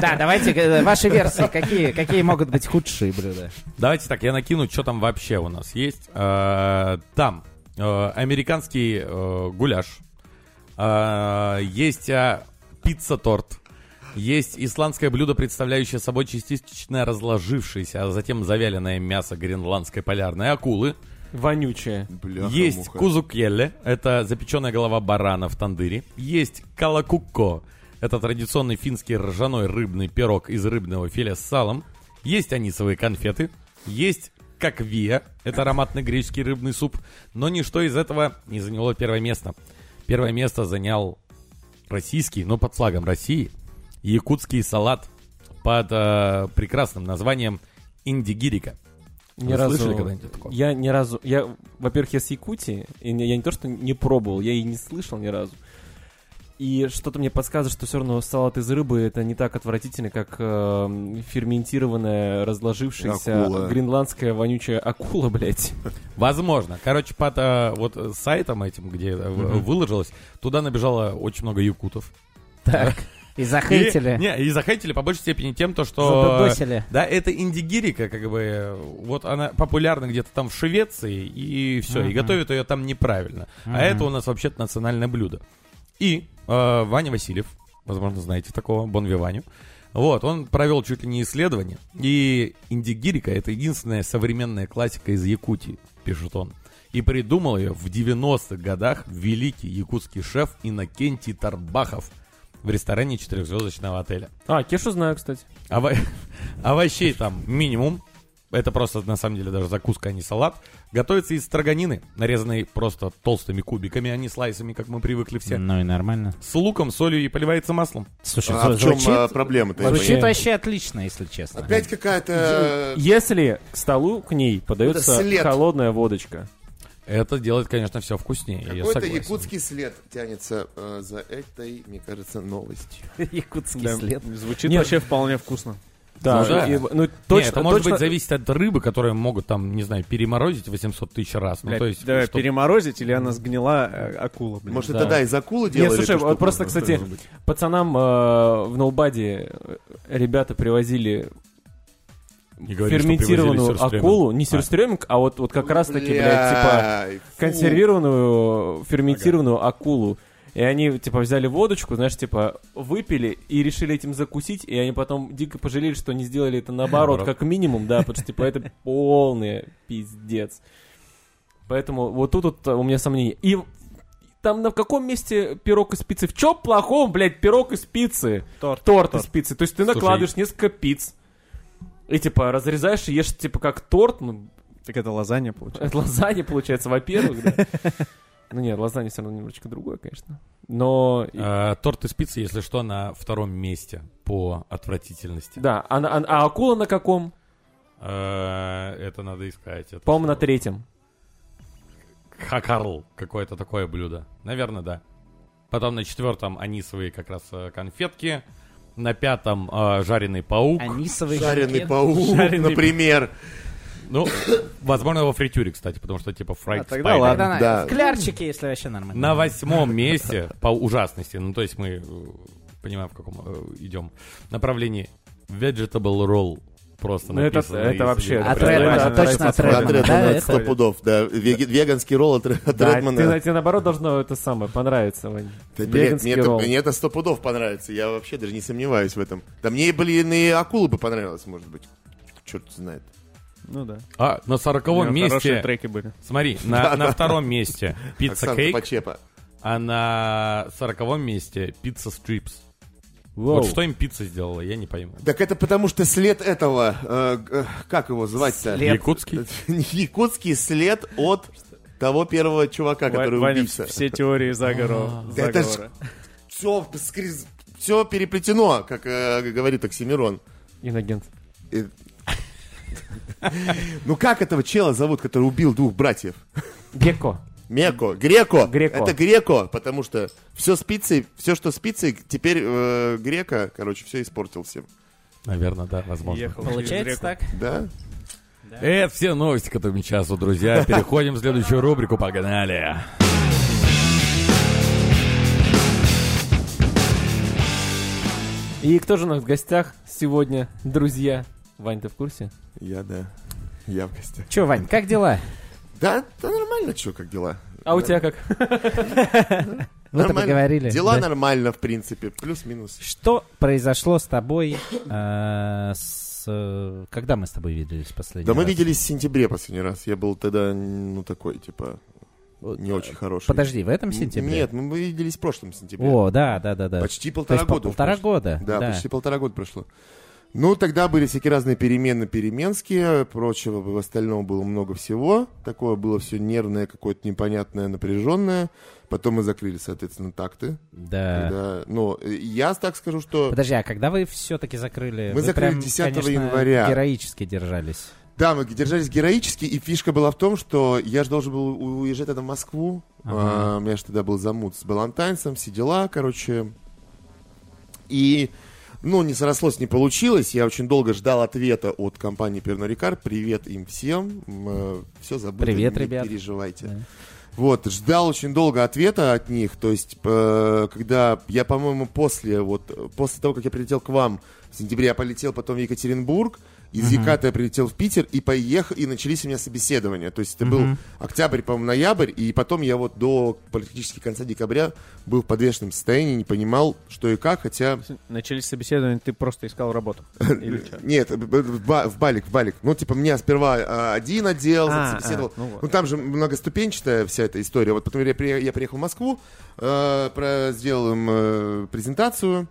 [SPEAKER 1] Да, давайте э, ваши версии. Какие, какие могут быть худшие блюда?
[SPEAKER 5] Давайте так, я накину, что там вообще у нас есть. Э, Там э, американский э, гуляш, Э, есть э, пицца-торт, есть исландское блюдо, представляющее собой частично разложившееся, а затем завяленное мясо гренландской полярной акулы.
[SPEAKER 3] Вонючее.
[SPEAKER 4] Бляха,
[SPEAKER 5] есть
[SPEAKER 4] муха.
[SPEAKER 5] кузукелле, это запеченная голова барана в тандыре. Есть калакукко, это традиционный финский ржаной рыбный пирог из рыбного филе с салом. Есть анисовые конфеты. Есть каквия, это ароматный греческий рыбный суп. Но ничто из этого не заняло первое место. Первое место занял российский, но под флагом России, якутский салат под э, прекрасным названием индигирика.
[SPEAKER 3] Ни
[SPEAKER 5] Вы
[SPEAKER 3] разу...
[SPEAKER 5] слышали когда-нибудь о таком?
[SPEAKER 3] Я ни разу... Я, во-первых, я с Якутии, и не- я не то, что не пробовал, я и не слышал ни разу. И что-то мне подсказывает, что все равно салат из рыбы это не так отвратительно, как эм, ферментированная, разложившаяся
[SPEAKER 4] Акула.
[SPEAKER 3] гренландская вонючая акула, блядь.
[SPEAKER 5] Возможно. Короче, под э, вот э, сайтом этим, где э, в- выложилось, туда набежало очень много якутов.
[SPEAKER 1] Так. И
[SPEAKER 5] И,
[SPEAKER 1] захейтили.
[SPEAKER 5] не, и захейтили по большей степени тем, то, что...
[SPEAKER 1] Задудосили.
[SPEAKER 5] Да, это индигирика, как бы, э, вот она популярна где-то там в Швеции, и все, и
[SPEAKER 1] Мгм.
[SPEAKER 5] готовят ее там неправильно.
[SPEAKER 1] Мгм.
[SPEAKER 5] А это у нас вообще-то национальное блюдо. И э, Ваня Васильев, возможно, знаете такого, Бонви Ваню, вот, он провел чуть ли не исследование, и индигирика — это единственная современная классика из Якутии, пишет он. И придумал ее в 90-х годах великий якутский шеф Иннокентий Тарбахов в ресторане четырехзвездочного отеля.
[SPEAKER 3] А, Кешу знаю, кстати.
[SPEAKER 5] Ово- Овощей там минимум. Это просто, на самом деле, даже закуска, а не салат. Готовится из строганины, нарезанной просто толстыми кубиками, а не слайсами, как мы привыкли все.
[SPEAKER 1] Ну и нормально.
[SPEAKER 5] С луком, солью и поливается маслом.
[SPEAKER 1] Слушай,
[SPEAKER 4] А в чем а,
[SPEAKER 1] звучит
[SPEAKER 4] проблема-то? я не
[SPEAKER 1] звучит
[SPEAKER 4] понимаю?
[SPEAKER 1] вообще отлично, если честно.
[SPEAKER 4] Опять какая-то...
[SPEAKER 3] Если к столу к ней подается
[SPEAKER 4] Э, Это след.
[SPEAKER 3] холодная водочка.
[SPEAKER 5] Это делает, конечно, все вкуснее. я
[SPEAKER 4] Какой-то
[SPEAKER 5] согласен.
[SPEAKER 4] якутский след тянется э, за этой, мне кажется, новостью.
[SPEAKER 1] Якутский
[SPEAKER 2] Да,
[SPEAKER 1] след.
[SPEAKER 2] Звучит
[SPEAKER 3] Нет.
[SPEAKER 2] вообще вполне вкусно.
[SPEAKER 3] Да,
[SPEAKER 5] Ну да.
[SPEAKER 3] и- ну,
[SPEAKER 5] Не,
[SPEAKER 3] точно,
[SPEAKER 5] это может
[SPEAKER 3] точно-
[SPEAKER 5] быть зависит от рыбы, которые могут там, не знаю, переморозить 800 тысяч раз. Ну,
[SPEAKER 2] Блядь,
[SPEAKER 5] то есть,
[SPEAKER 2] давай
[SPEAKER 5] чтоб-
[SPEAKER 2] переморозить, или она сгнила э, акула, блин.
[SPEAKER 4] Может,
[SPEAKER 3] Да.
[SPEAKER 4] это да, из акулы
[SPEAKER 3] Не,
[SPEAKER 4] делали?
[SPEAKER 3] слушай,
[SPEAKER 4] эту
[SPEAKER 3] вот
[SPEAKER 4] штуку?
[SPEAKER 3] просто, кстати, пацанам э, в Нолбаде э, ребята привозили
[SPEAKER 5] Не говори, что привозили
[SPEAKER 3] ферментированную
[SPEAKER 5] сюрстремин.
[SPEAKER 3] акулу, не сюрстреминг, а вот, вот как раз таки, блядь, типа
[SPEAKER 4] Бляй, фу.
[SPEAKER 3] консервированную, э, ферментированную акулу. И они, типа, взяли водочку, знаешь, типа, выпили и решили этим закусить, и они потом дико пожалели, что не сделали это наоборот,
[SPEAKER 5] Наоборот.
[SPEAKER 3] как минимум, да, потому что, типа, это полный пиздец. Поэтому вот тут вот э, у меня сомнения. И там на каком месте пирог из пиццы? В чем плохом, блядь, пирог из пиццы?
[SPEAKER 2] Торт.
[SPEAKER 3] Торт, из пиццы. То есть ты
[SPEAKER 5] Слушай,
[SPEAKER 3] накладываешь несколько пиц, и, типа, разрезаешь и ешь, типа, как торт, ну,
[SPEAKER 2] Так это лазанья получается.
[SPEAKER 3] это лазанья, получается, во-первых, да. Ну нет, лазанья все равно немножечко другое, конечно. Но... и-
[SPEAKER 5] Э, торт из пиццы, если что, на втором месте по отвратительности.
[SPEAKER 3] Да, а, на- а- а акула на каком?
[SPEAKER 5] Э, это надо искать. это
[SPEAKER 3] По-моему, на
[SPEAKER 5] слово.
[SPEAKER 3] третьем.
[SPEAKER 5] хакарл, какое-то такое блюдо. Наверное, да. Потом на четвертом анисовые как раз э, конфетки. На пятом э, жареный паук.
[SPEAKER 1] Анисовый
[SPEAKER 4] Жареный
[SPEAKER 1] жиркет.
[SPEAKER 4] паук,
[SPEAKER 5] Жареный-
[SPEAKER 4] например.
[SPEAKER 5] Ну, возможно, во фритюре, кстати, потому что типа фрайт
[SPEAKER 2] А, тогда ладно.
[SPEAKER 1] Тогда на-
[SPEAKER 4] Да.
[SPEAKER 1] в Клярчике, если вообще нормально.
[SPEAKER 5] На восьмом месте по ужасности, ну то есть мы э, понимаем, в каком э, идем направлении. Vegetable roll просто
[SPEAKER 3] Ну, это-
[SPEAKER 5] написано.
[SPEAKER 3] это
[SPEAKER 5] и
[SPEAKER 3] вообще-
[SPEAKER 5] забито.
[SPEAKER 1] От
[SPEAKER 3] Это
[SPEAKER 1] Редмана,
[SPEAKER 3] да,
[SPEAKER 1] точно от
[SPEAKER 3] Редмана.
[SPEAKER 4] От
[SPEAKER 1] Редмана. Да,
[SPEAKER 4] Редмана это
[SPEAKER 1] это-
[SPEAKER 4] сто пудов, да. Веги- Веганский ролл от Ред- от
[SPEAKER 3] Да,
[SPEAKER 4] Редмана.
[SPEAKER 3] ты- тебе, наоборот, должно это самое понравиться, Вань.
[SPEAKER 4] Да, блядь,
[SPEAKER 3] Веганский
[SPEAKER 4] мне, это,
[SPEAKER 3] ролл.
[SPEAKER 4] мне это сто пудов понравится. Я вообще даже не сомневаюсь в этом. Да мне, блин, и акулы бы понравилось, может быть. Черт знает.
[SPEAKER 2] Ну да.
[SPEAKER 5] А, на
[SPEAKER 2] У
[SPEAKER 5] сороковом
[SPEAKER 2] него Хорошие
[SPEAKER 5] месте,
[SPEAKER 2] треки были.
[SPEAKER 5] смотри, на, на втором месте пицца
[SPEAKER 4] Оксана
[SPEAKER 5] кейк,
[SPEAKER 4] Пачепа.
[SPEAKER 5] а на сороковом месте пицца стрипс. Вот что им пицца сделала, я не пойму.
[SPEAKER 4] Так это потому, что след этого, э, г- э, как его звать-то?
[SPEAKER 1] След.
[SPEAKER 5] Якутский?
[SPEAKER 4] Якутский след от того первого чувака, который
[SPEAKER 2] Ваня,
[SPEAKER 4] убийца.
[SPEAKER 2] все теории
[SPEAKER 3] А,
[SPEAKER 2] заговора.
[SPEAKER 4] Да это ж-
[SPEAKER 2] заговора.
[SPEAKER 4] Все, все переплетено, как э, говорит Оксимирон.
[SPEAKER 3] Инагент.
[SPEAKER 4] Э, Ну как этого чела зовут, который убил двух братьев?
[SPEAKER 3] Гекко.
[SPEAKER 4] Меко, Греко.
[SPEAKER 3] Греко.
[SPEAKER 4] Это Греко, потому что все спицы, все, что спицы, теперь э, Грека, короче, все испортил всем.
[SPEAKER 5] Наверное, да, возможно.
[SPEAKER 2] Ехал через
[SPEAKER 1] Получается
[SPEAKER 2] реку.
[SPEAKER 1] так?
[SPEAKER 4] Да? Э,
[SPEAKER 5] Это все новости к этому часу, друзья. Переходим в следующую рубрику. Погнали.
[SPEAKER 3] И кто же у нас в гостях сегодня, друзья? Вань, ты в курсе?
[SPEAKER 4] Я, да. Я в гостях.
[SPEAKER 1] Че, Вань, как дела?
[SPEAKER 4] Да, да нормально, что, как дела?
[SPEAKER 3] А у
[SPEAKER 4] Да.
[SPEAKER 3] тебя как?
[SPEAKER 1] Мы-то
[SPEAKER 4] Нормально.
[SPEAKER 1] поговорили.
[SPEAKER 4] Дела
[SPEAKER 1] да?
[SPEAKER 4] нормально, в принципе, плюс-минус.
[SPEAKER 1] Что произошло с тобой, э, с, э, когда мы с тобой виделись последний
[SPEAKER 4] Да мы
[SPEAKER 1] раз?
[SPEAKER 4] виделись в сентябре последний раз. Я был тогда, ну, такой, типа, не очень хороший.
[SPEAKER 1] Подожди, э, в этом сентябре?
[SPEAKER 4] Нет, мы виделись в прошлом сентябре.
[SPEAKER 1] О, да, да, да, да.
[SPEAKER 4] Почти
[SPEAKER 1] То
[SPEAKER 4] полтора
[SPEAKER 1] есть по-
[SPEAKER 4] года. уж
[SPEAKER 1] полтора
[SPEAKER 4] прошло.
[SPEAKER 1] года.
[SPEAKER 4] Да, почти полтора года прошло. Ну, тогда были всякие разные перемены, переменские, прочего, в остальном было много всего. Такое было все нервное, какое-то непонятное, напряженное. Потом мы закрыли, соответственно, такты.
[SPEAKER 1] Да.
[SPEAKER 4] Когда- ну, э, я так скажу, что...
[SPEAKER 1] Подожди, а когда вы все-таки закрыли?
[SPEAKER 4] Мы
[SPEAKER 1] Вы
[SPEAKER 4] закрыли
[SPEAKER 1] прям,
[SPEAKER 4] 10
[SPEAKER 1] конечно,
[SPEAKER 4] января.
[SPEAKER 1] Героически держались.
[SPEAKER 4] Да, мы держались героически, и фишка была в том, что я же должен был у- уезжать тогда в Москву.
[SPEAKER 1] Ага.
[SPEAKER 4] А, у меня же тогда был замут с Балантайнсом, все дела, короче. И, ну, не срослось, не получилось. Я очень долго ждал ответа от компании Pernod Ricard. Привет им всем. Все забыли,
[SPEAKER 1] Привет,
[SPEAKER 4] не
[SPEAKER 1] ребят.
[SPEAKER 4] переживайте.
[SPEAKER 1] Да.
[SPEAKER 4] Вот, ждал очень долго ответа от них. То есть, э, когда я, по-моему, после, вот, э, после того, как я прилетел к вам в сентябре, я полетел потом в Екатеринбург, из Еката я прилетел в Питер и поехал, и начались у меня собеседования. То есть это был октябрь, по-моему, ноябрь, и потом я вот до практически конца декабря был в подвешенном состоянии, не понимал, что и как, хотя...
[SPEAKER 2] Начались собеседования, ты просто искал работу. Или чё?
[SPEAKER 4] Нет, б- б- в ба- в балик, в балик. Ну, типа, меня сперва а, один отдел
[SPEAKER 2] А,
[SPEAKER 4] собеседовал.
[SPEAKER 2] а, ну вот.
[SPEAKER 4] Ну, там же многоступенчатая вся эта история. Вот потом я, при- я приехал в Москву, э, про- сделал им э, презентацию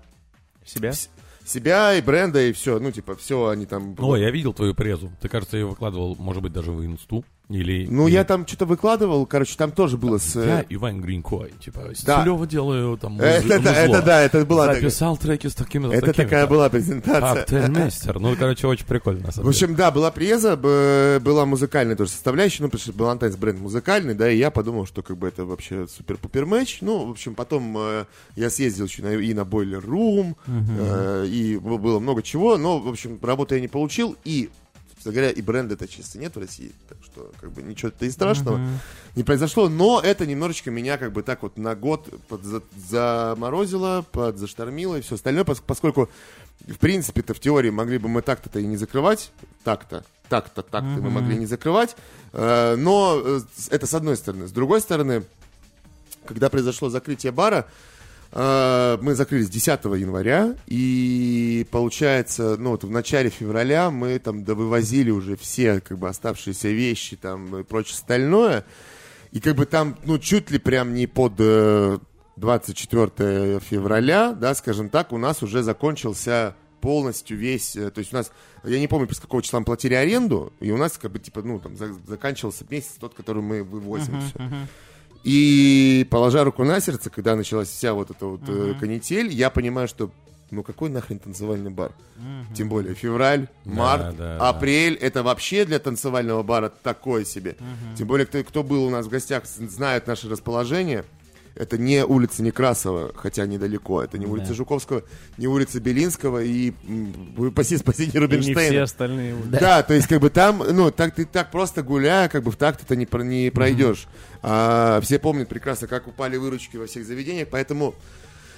[SPEAKER 2] Себя?
[SPEAKER 4] Вс- себя и бренда, и все. Ну, типа, все они там...
[SPEAKER 5] Ну, я видел твою презу. Ты, кажется, ее выкладывал, может быть, даже в инсту. Или...
[SPEAKER 4] Ну, я там что-то выкладывал, короче, там тоже было с...
[SPEAKER 5] Я
[SPEAKER 4] э,
[SPEAKER 5] Иван Гринько, типа,
[SPEAKER 4] Да. Э,
[SPEAKER 5] Стилёва делаю, там,
[SPEAKER 4] Это,
[SPEAKER 5] музло.
[SPEAKER 4] да, это да, это была... такая-
[SPEAKER 5] Записал треки с такими-то,
[SPEAKER 4] Это
[SPEAKER 5] такими-то.
[SPEAKER 4] такая была
[SPEAKER 2] А,
[SPEAKER 4] презентация.
[SPEAKER 5] Коктейльмейстер. Ну, короче, очень прикольно, на
[SPEAKER 4] В
[SPEAKER 5] самом деле.
[SPEAKER 4] общем, да, была преза, б- была музыкальная тоже составляющая, ну, потому что Балантайнс бренд музыкальный, да, и я подумал, что как бы это вообще супер-пупер матч. Ну, в общем, потом э, я съездил еще на- и на Boiler Room, э, и б- было много чего, но, в общем, работу я не получил, и, собственно говоря, и бренда-то чисто нет в России, так что, как бы, ничего-то и страшного не произошло, но это немножечко меня, как бы, так вот на год подза- заморозило, подзаштормило и все остальное, пос- поскольку в принципе-то в теории могли бы мы так-то и не закрывать, так-то, так-то, так-то мы могли не закрывать, Э, но э, с- это с одной стороны. С другой стороны, когда произошло закрытие бара, э, мы закрылись 10 января, и получается, ну вот в начале февраля мы там довывозили уже все как бы оставшиеся вещи там и прочее остальное, и как бы там, ну, чуть ли прям не под э, 24 февраля, да, скажем так, у нас уже закончился полностью весь, э, то есть у нас, я не помню, с какого числа мы платили аренду, и у нас как бы, типа, ну, там, за- заканчивался месяц тот, который мы вывозим. всё. И, положа руку на сердце, когда началась вся вот эта вот э, канитель, я понимаю, что, ну, какой нахрен танцевальный бар? Тем более февраль, март,
[SPEAKER 5] да, да.
[SPEAKER 4] апрель, это вообще для танцевального бара такое себе. Тем более, кто, кто был у нас в гостях, с- знает наше расположение. Это не улица Некрасова, хотя недалеко. Это не улица Жуковского, не улица Белинского и м, спаси, спаси не
[SPEAKER 2] И не
[SPEAKER 4] Рубинштейна.
[SPEAKER 2] все остальные. улицы.
[SPEAKER 4] Да. то есть как бы там, ну, так ты так просто гуляя, как бы в такт это не, про- не пройдешь. А, все помнят прекрасно, как упали выручки во всех заведениях, поэтому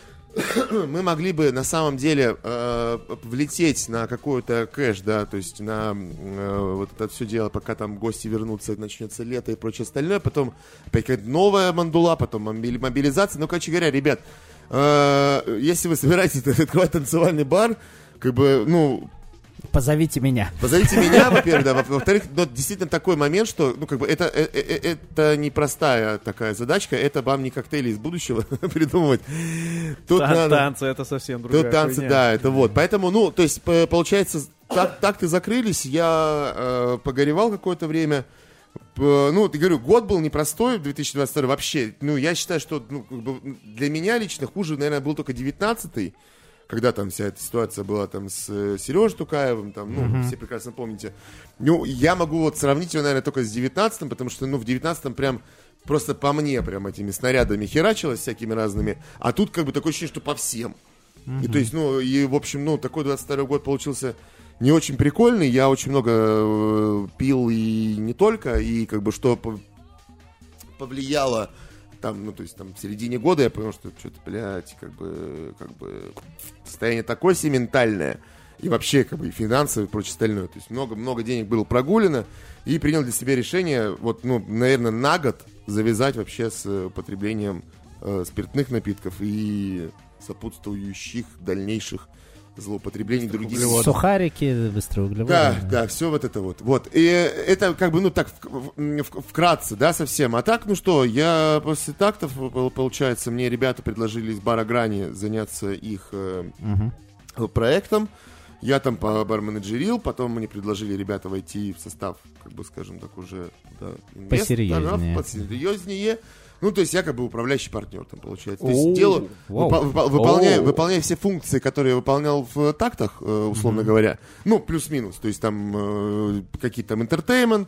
[SPEAKER 4] мы могли бы на самом деле э, влететь на какую-то кэш, да, то есть на м, э, вот это все дело, пока там гости вернутся, начнется лето и прочее остальное, потом опять какая-то новая мандула, потом мобили- мобилизация. Ну, короче говоря, ребят, э, если вы собираетесь открывать танцевальный бар, как бы, ну,
[SPEAKER 1] Позовите меня.
[SPEAKER 4] Позовите меня, во-первых, да. Во- Во-вторых, но действительно такой момент, что, ну, как бы, это, э- э- э- это непростая такая задачка. Это вам не коктейли из будущего придумывать. Тут
[SPEAKER 2] Та-
[SPEAKER 4] надо...
[SPEAKER 2] Танцы это совсем другая
[SPEAKER 4] Тут танцы,
[SPEAKER 2] хуйня.
[SPEAKER 4] да, это вот. Поэтому, ну, то есть, п- получается, так, так ты закрылись, я э, погоревал какое-то время. П- Ну, ты говорю, год был непростой, 2022 вообще. Ну, я считаю, что ну, как бы для меня лично хуже, наверное, был только 19-й, когда там вся эта ситуация была там с э, Сережей Тукаевым, там, ну, все прекрасно помните. Ну, я могу вот сравнить его, наверное, только с 19-м, потому что, ну, в 19-м прям просто по мне прям этими снарядами херачилось всякими разными, а тут как бы такое ощущение, что по всем. И то есть, ну, и, в общем, ну, такой 22 год получился не очень прикольный. Я очень много э, пил и не только, и как бы что пов- повлияло там, ну, то есть там в середине года я понял, что что-то, блядь, как бы, как бы состояние такое себе ментальное, и вообще, как бы, и финансовое, и прочее остальное. То есть много-много денег было прогулено, и принял для себя решение, вот, ну, наверное, на год завязать вообще с э, потреблением э, спиртных напитков и сопутствующих дальнейших злоупотреблений других
[SPEAKER 1] Сухарики, быстрые углеводы.
[SPEAKER 4] да, да, все вот это вот. Вот. И это как бы, ну так, в- в- вкратце, да, совсем. А так, ну что, я после тактов, э, пол- получается, мне ребята предложили из бара Грани заняться их э,
[SPEAKER 1] Мгм.
[SPEAKER 4] проектом. Я там по- барменеджерил, потом мне предложили ребята войти в состав, как бы, скажем так, уже да, инвесторов,
[SPEAKER 1] Посерьезнее.
[SPEAKER 4] посерьезнее. Ну, то есть я как бы управляющий партнер там, получается. То
[SPEAKER 1] Оу.
[SPEAKER 4] есть делаю,
[SPEAKER 1] Вау.
[SPEAKER 4] выпа- выпа- выполняю,
[SPEAKER 1] Оу.
[SPEAKER 4] выполняю все функции, которые я выполнял в э, тактах, э, условно говоря. Ну, плюс-минус. То есть там э, какие-то там интертеймент,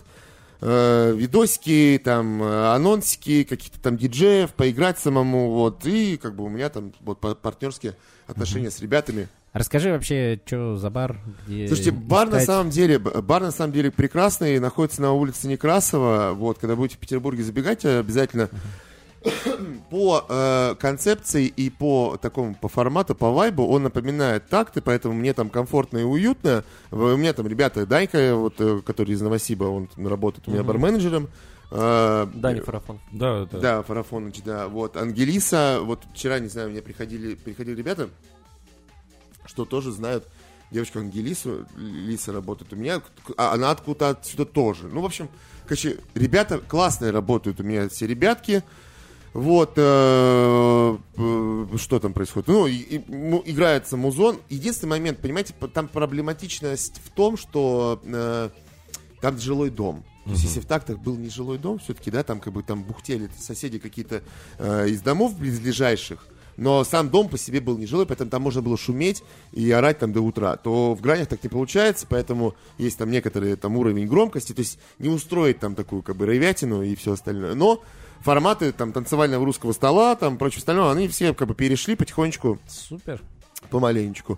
[SPEAKER 4] э, видосики, там э, анонсики, какие-то там диджеев, поиграть самому, вот. И как бы у меня там вот па- партнерские отношения с ребятами.
[SPEAKER 1] Расскажи вообще, что за бар? где
[SPEAKER 4] Слушайте, бар на
[SPEAKER 1] искать?
[SPEAKER 4] самом деле, б- бар на самом деле прекрасный, находится на улице Некрасова. Вот, когда будете в Петербурге забегать, э, обязательно по э, концепции и по такому, по формату, по вайбу он напоминает такты, поэтому мне там комфортно и уютно. В- У меня там ребята, Данька, вот, э, который из Новосиба, он там работает у меня барменеджером. Э,
[SPEAKER 3] Да, не фарафон.
[SPEAKER 5] Да, это...
[SPEAKER 4] да, Фарафоныч, да. Вот, Ангелиса, вот вчера, не знаю, мне приходили, приходили ребята, что тоже знают девочку Ангелису, Лиса работает у меня, а она откуда-то отсюда тоже. Ну, в общем, короче, ребята классные работают у меня, все ребятки. Вот, э, э, что там происходит? Ну, и- и, ну, играется музон. Единственный момент, понимаете, п- там проблематичность в том, что э, там жилой дом. То есть, если в тактах был не жилой дом, все-таки, да, там как бы там бухтели соседи какие-то э, из домов близлежащих, но сам дом по себе был не жилой, поэтому там можно было шуметь и орать там до утра, то в гранях так не получается, поэтому есть там некоторые там уровень громкости, то есть не устроить там такую как бы рывятину и все остальное. Но форматы там танцевального русского стола, там прочее остальное, они все как бы перешли потихонечку
[SPEAKER 1] Супер.
[SPEAKER 4] помаленечку.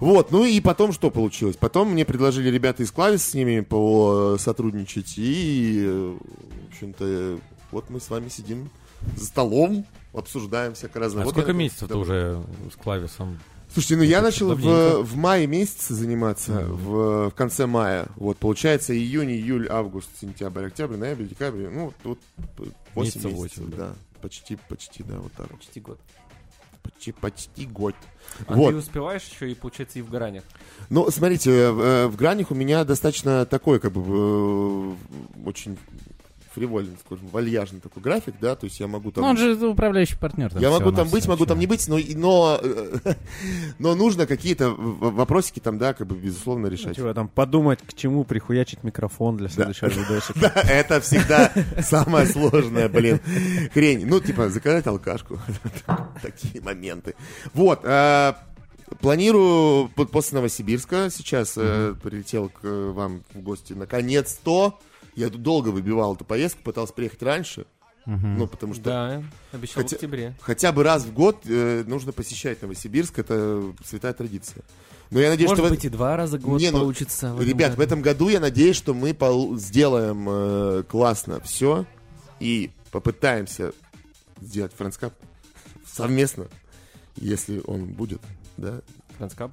[SPEAKER 4] Вот, ну и потом что получилось? Потом мне предложили ребята из Клавис с ними по- э, сотрудничать, и, э, в общем-то, э, вот мы с вами сидим за столом, обсуждаем всякое разное.
[SPEAKER 5] А
[SPEAKER 4] Вот
[SPEAKER 5] сколько
[SPEAKER 4] я-
[SPEAKER 5] месяцев ты
[SPEAKER 4] Да.
[SPEAKER 5] уже с клависом?
[SPEAKER 4] Слушайте, ну я начал в,
[SPEAKER 5] давненько.
[SPEAKER 4] в мае месяце заниматься, в, в конце мая. Вот, получается, июнь, июль, август, сентябрь, октябрь, ноябрь, декабрь. Ну, вот 8
[SPEAKER 5] Месяца
[SPEAKER 4] месяцев,
[SPEAKER 5] восемь,
[SPEAKER 4] да. Почти, почти, да, вот так. вот.
[SPEAKER 3] Почти год.
[SPEAKER 4] Почти, почти год.
[SPEAKER 3] А
[SPEAKER 4] вот.
[SPEAKER 3] ты успеваешь еще и, получается, и в гранях.
[SPEAKER 4] Ну, смотрите, э, в, э, в гранях у меня достаточно такой, как бы, э, очень фривольный, скажем, вальяжный такой график, да, то есть я могу там...
[SPEAKER 1] Ну, он же управляющий партнер.
[SPEAKER 4] я могу там быть, могу там не быть, но, и- но, э, но нужно какие-то в- вопросики там, да, как бы, безусловно, решать.
[SPEAKER 2] Чего там подумать, к чему прихуячить микрофон для следующего видосика.
[SPEAKER 4] Да, это всегда самое сложное, блин, хрень. Ну, типа, заказать алкашку. Такие моменты. Вот, э, планирую по- после Новосибирска сейчас э, прилетел к э, вам в гости наконец-то. Я тут долго выбивал эту поездку, пытался приехать раньше. Ну, потому что
[SPEAKER 3] Да, обещал
[SPEAKER 4] Хотя-
[SPEAKER 3] в октябре.
[SPEAKER 4] хотя бы раз в год э, нужно посещать Новосибирск, это святая традиция. Но я надеюсь,
[SPEAKER 3] Может
[SPEAKER 4] что... в-
[SPEAKER 3] быть, и два раза в год
[SPEAKER 4] Не, ну,
[SPEAKER 3] получится. в этом
[SPEAKER 4] Ребят,
[SPEAKER 3] году.
[SPEAKER 4] в этом году я надеюсь, что мы пол- сделаем э, классно все и попытаемся сделать френдскап совместно, если он будет, да?
[SPEAKER 3] Транскап,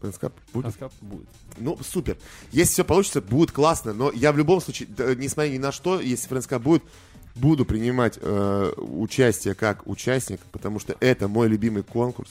[SPEAKER 4] Френдскап будет.
[SPEAKER 3] транскап будет.
[SPEAKER 4] Ну, супер. Если все получится, будет классно. Но я в любом случае, да, несмотря ни на что, если френдскап будет, буду принимать э, участие как участник, потому что это мой любимый конкурс.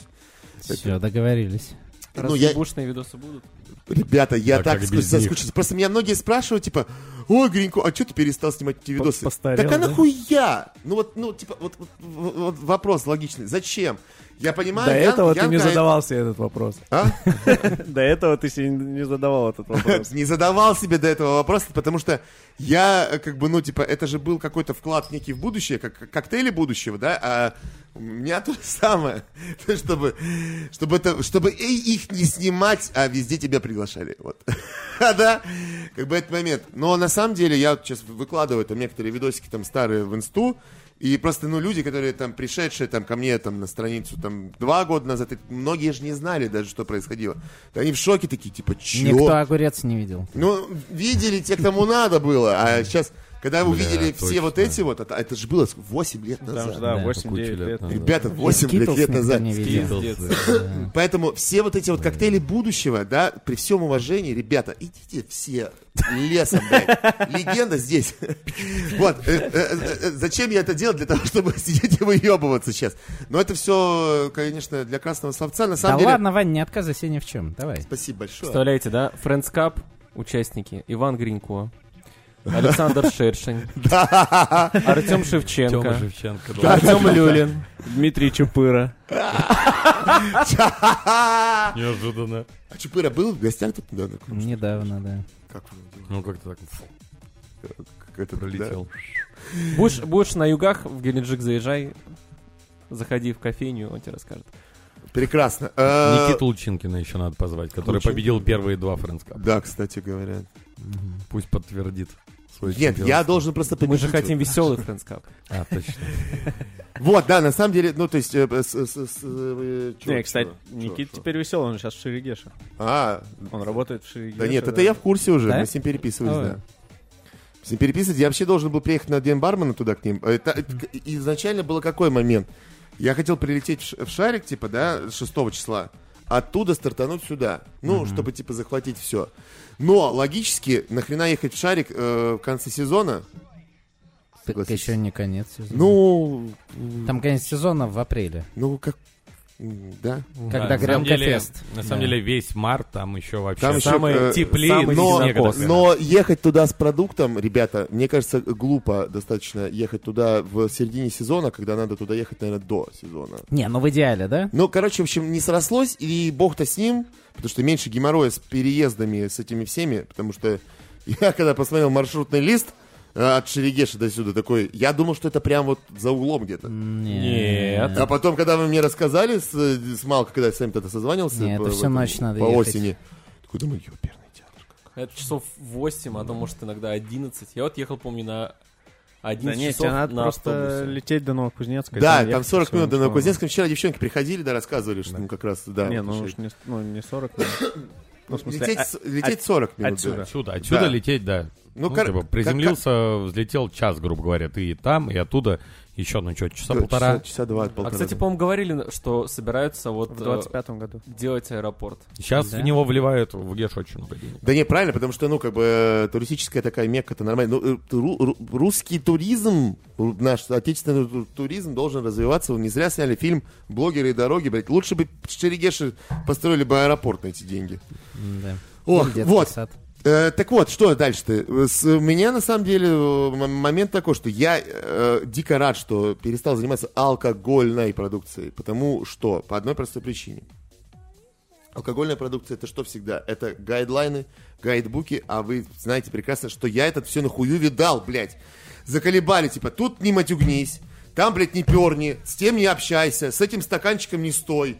[SPEAKER 1] Все, договорились.
[SPEAKER 4] Ну, я-
[SPEAKER 3] Разъебушные видосы будут.
[SPEAKER 4] Ребята, я
[SPEAKER 5] Да
[SPEAKER 4] так
[SPEAKER 5] как
[SPEAKER 4] ску-
[SPEAKER 5] без них?
[SPEAKER 4] соскучился. Просто меня многие спрашивают, типа, ой, Гринько, а что ты перестал снимать эти видосы?
[SPEAKER 2] постарел,
[SPEAKER 4] так а
[SPEAKER 2] да?
[SPEAKER 4] нахуя? Ну вот, ну, типа, вот, вот- вот вопрос логичный. Зачем? Я понимаю,
[SPEAKER 2] До
[SPEAKER 4] Ян-
[SPEAKER 2] этого ты не
[SPEAKER 4] Янка-
[SPEAKER 2] задавал себе этот вопрос.
[SPEAKER 4] А?
[SPEAKER 2] До этого ты себе не задавал этот вопрос.
[SPEAKER 4] Не задавал себе до этого вопроса, потому что я, э, как бы, ну, типа, это же был какой-то вклад некий в будущее, как как коктейли будущего, да, а у меня то же самое, То есть, чтобы, чтобы, это, чтобы и их не снимать, а везде тебя приглашали, вот. А, да, как бы этот момент. Но на самом деле я вот сейчас выкладываю там некоторые видосики там старые в инсту, и просто, ну, люди, которые там пришедшие там ко мне там на страницу там два года назад, и многие же не знали даже, что происходило. Они в шоке такие, типа, чё?
[SPEAKER 1] Никто огурец не видел.
[SPEAKER 4] Ну, видели те, кому надо было, а сейчас... Когда вы
[SPEAKER 5] Бля,
[SPEAKER 4] увидели все
[SPEAKER 5] точно.
[SPEAKER 4] вот эти вот, это, это же было 8 лет
[SPEAKER 2] Там же,
[SPEAKER 4] назад.
[SPEAKER 2] да,
[SPEAKER 1] Да,
[SPEAKER 2] 8-9
[SPEAKER 5] кучу
[SPEAKER 2] лет.
[SPEAKER 5] лет назад.
[SPEAKER 4] Ребята, 8 блядь, лет назад.
[SPEAKER 5] э,
[SPEAKER 1] назад.
[SPEAKER 4] Поэтому все вот эти вот коктейли будущего, да, при всем уважении, ребята, идите все лесом, блядь. Легенда здесь. Вот. э, э, э, Зачем я это делал? Для того, чтобы сидеть и выебываться сейчас. Но это все, конечно, для красного словца. На
[SPEAKER 1] Да
[SPEAKER 4] самом деле...
[SPEAKER 1] ладно, Вань, не отказывайся ни в чем. Давай.
[SPEAKER 4] Спасибо большое.
[SPEAKER 3] Представляете, да? Friends Cup, участники. Иван Гринько, Александр Шершень,
[SPEAKER 4] Да.
[SPEAKER 3] Артем
[SPEAKER 5] Тёма
[SPEAKER 3] Шевченко,
[SPEAKER 5] Шевченко. да.
[SPEAKER 3] Артем Люлин, Дмитрий Чупыра.
[SPEAKER 4] А
[SPEAKER 5] Неожиданно.
[SPEAKER 4] Чупыра был в гостях тут недавно?
[SPEAKER 1] Недавно, да.
[SPEAKER 4] Как он,
[SPEAKER 5] Ну, как-то так фу,
[SPEAKER 4] как это да?
[SPEAKER 5] пролетел.
[SPEAKER 3] Будешь, будешь на югах, в Геленджик заезжай, заходи в кофейню, он тебе расскажет.
[SPEAKER 4] Прекрасно. Э,
[SPEAKER 5] Никиту Лучинкина еще надо позвать, который
[SPEAKER 4] Лучин-
[SPEAKER 5] победил первые два Фрэнска.
[SPEAKER 4] Да, кстати говоря.
[SPEAKER 5] Пусть подтвердит свой
[SPEAKER 4] Нет, я должен просто
[SPEAKER 3] Мы
[SPEAKER 4] победить.
[SPEAKER 3] же хотим веселый Friends Cup.
[SPEAKER 5] чемпионство. А, точно.
[SPEAKER 4] Вот, да, на самом деле, ну, то есть... э, с- с- с- э, чё,
[SPEAKER 2] Не, кстати,
[SPEAKER 4] чё,
[SPEAKER 2] Никит
[SPEAKER 4] чё, чё?
[SPEAKER 2] теперь веселый, он сейчас в Шерегеше.
[SPEAKER 4] А,
[SPEAKER 2] Он работает в Шерегеше.
[SPEAKER 4] да нет, это я в курсе уже,
[SPEAKER 1] Да?
[SPEAKER 4] мы с ним переписывались,
[SPEAKER 1] Ой.
[SPEAKER 4] да. С ним переписывались, я вообще должен был приехать на День бармена туда к ним. Это, это к- изначально был какой момент? Я хотел прилететь в, Ш- в Шарик, типа, да, 6 числа, оттуда стартануть сюда, ну, чтобы, типа, захватить все. Но, логически, нахрена ехать в Шарик э, в конце сезона?
[SPEAKER 1] Так
[SPEAKER 4] Согласись.
[SPEAKER 1] еще не конец сезона.
[SPEAKER 4] Ну,
[SPEAKER 1] Там конец сезона в апреле.
[SPEAKER 4] ну, как... м, Да.
[SPEAKER 1] Когда
[SPEAKER 5] на самом деле-
[SPEAKER 1] Грямкофест.
[SPEAKER 5] На самом
[SPEAKER 1] Да.
[SPEAKER 5] деле весь март там еще вообще
[SPEAKER 4] Там еще,
[SPEAKER 5] самый
[SPEAKER 4] э,
[SPEAKER 5] теплее
[SPEAKER 3] самый
[SPEAKER 5] но,
[SPEAKER 4] Но,
[SPEAKER 3] снегопад.
[SPEAKER 4] но ехать туда с продуктом, ребята, мне кажется, глупо достаточно ехать туда в середине сезона, когда надо туда ехать, наверное, до сезона.
[SPEAKER 1] Не, ну в идеале, да?
[SPEAKER 4] Ну, короче, в общем, не срослось, и бог-то с ним, потому что меньше геморроя с переездами, с этими всеми, потому что я когда посмотрел маршрутный лист э, от Шерегеша до сюда, такой, я думал, что это прям вот за углом где-то.
[SPEAKER 3] Нет.
[SPEAKER 4] А потом, когда вы мне рассказали с, э, с Малкой, когда я с вами тогда созванивался,
[SPEAKER 1] Не, это
[SPEAKER 4] по-
[SPEAKER 1] всю
[SPEAKER 4] в этом-
[SPEAKER 1] ночь надо
[SPEAKER 4] по
[SPEAKER 1] ехать.
[SPEAKER 4] осени, такой думаю, ёперный театр.
[SPEAKER 3] Это часов 8, а то, может, иногда 11. Я вот ехал, помню, на 11
[SPEAKER 2] Да нет,
[SPEAKER 3] часов
[SPEAKER 2] тебе надо
[SPEAKER 3] на
[SPEAKER 2] просто
[SPEAKER 3] автобусе.
[SPEAKER 2] лететь до Новокузнецка.
[SPEAKER 4] Да,
[SPEAKER 2] ехать
[SPEAKER 4] там 40 минут до
[SPEAKER 2] всё равно.
[SPEAKER 4] Новокузнецка. Вчера девчонки приходили, да, рассказывали, что ну как раз, да.
[SPEAKER 2] Не,
[SPEAKER 4] вот
[SPEAKER 2] ну
[SPEAKER 4] еще-
[SPEAKER 2] уж не, ну, не 40 минут. Ну, в смысле,
[SPEAKER 4] лететь,
[SPEAKER 2] а-
[SPEAKER 4] с- лететь 40 минут. да.
[SPEAKER 2] отсюда.
[SPEAKER 5] Отсюда, отсюда
[SPEAKER 4] Да.
[SPEAKER 5] лететь, да.
[SPEAKER 4] Ну,
[SPEAKER 5] Ну,
[SPEAKER 4] кор-
[SPEAKER 5] типа,
[SPEAKER 4] как-
[SPEAKER 5] приземлился, взлетел час, грубо говоря, ты и там, и оттуда еще, ну что, часа
[SPEAKER 4] Да,
[SPEAKER 5] полтора.
[SPEAKER 4] Часа, часа два,
[SPEAKER 3] А,
[SPEAKER 4] полтора.
[SPEAKER 3] кстати, по-моему, говорили, что собираются вот
[SPEAKER 2] в
[SPEAKER 3] э,
[SPEAKER 2] 25-м году.
[SPEAKER 3] делать аэропорт.
[SPEAKER 5] Сейчас
[SPEAKER 1] Да.
[SPEAKER 5] в него вливают в Геш очень много денег.
[SPEAKER 4] Да не, правильно, потому что, ну, как бы, э, туристическая такая мекка, это нормально. Ну, э, ру- ру- русский туризм, ру- наш отечественный ту- туризм должен развиваться. Не зря сняли фильм «Блогеры и дороги», блядь. Лучше бы в Шерегеше построили бы аэропорт на эти деньги.
[SPEAKER 1] Да.
[SPEAKER 4] Ох,
[SPEAKER 1] Детский
[SPEAKER 4] вот,
[SPEAKER 1] сад.
[SPEAKER 4] Э, так вот, что дальше-то? С- У меня, на самом деле, э, м- момент такой, что я э, дико рад, что перестал заниматься алкогольной продукцией. Потому что, по одной простой причине. Алкогольная продукция это что всегда? Это гайдлайны, гайдбуки, а вы знаете прекрасно, что я этот все нахую видал, блядь. Заколебали, типа, тут не матюгнись, там, блядь, не перни, с тем не общайся, с этим стаканчиком не стой.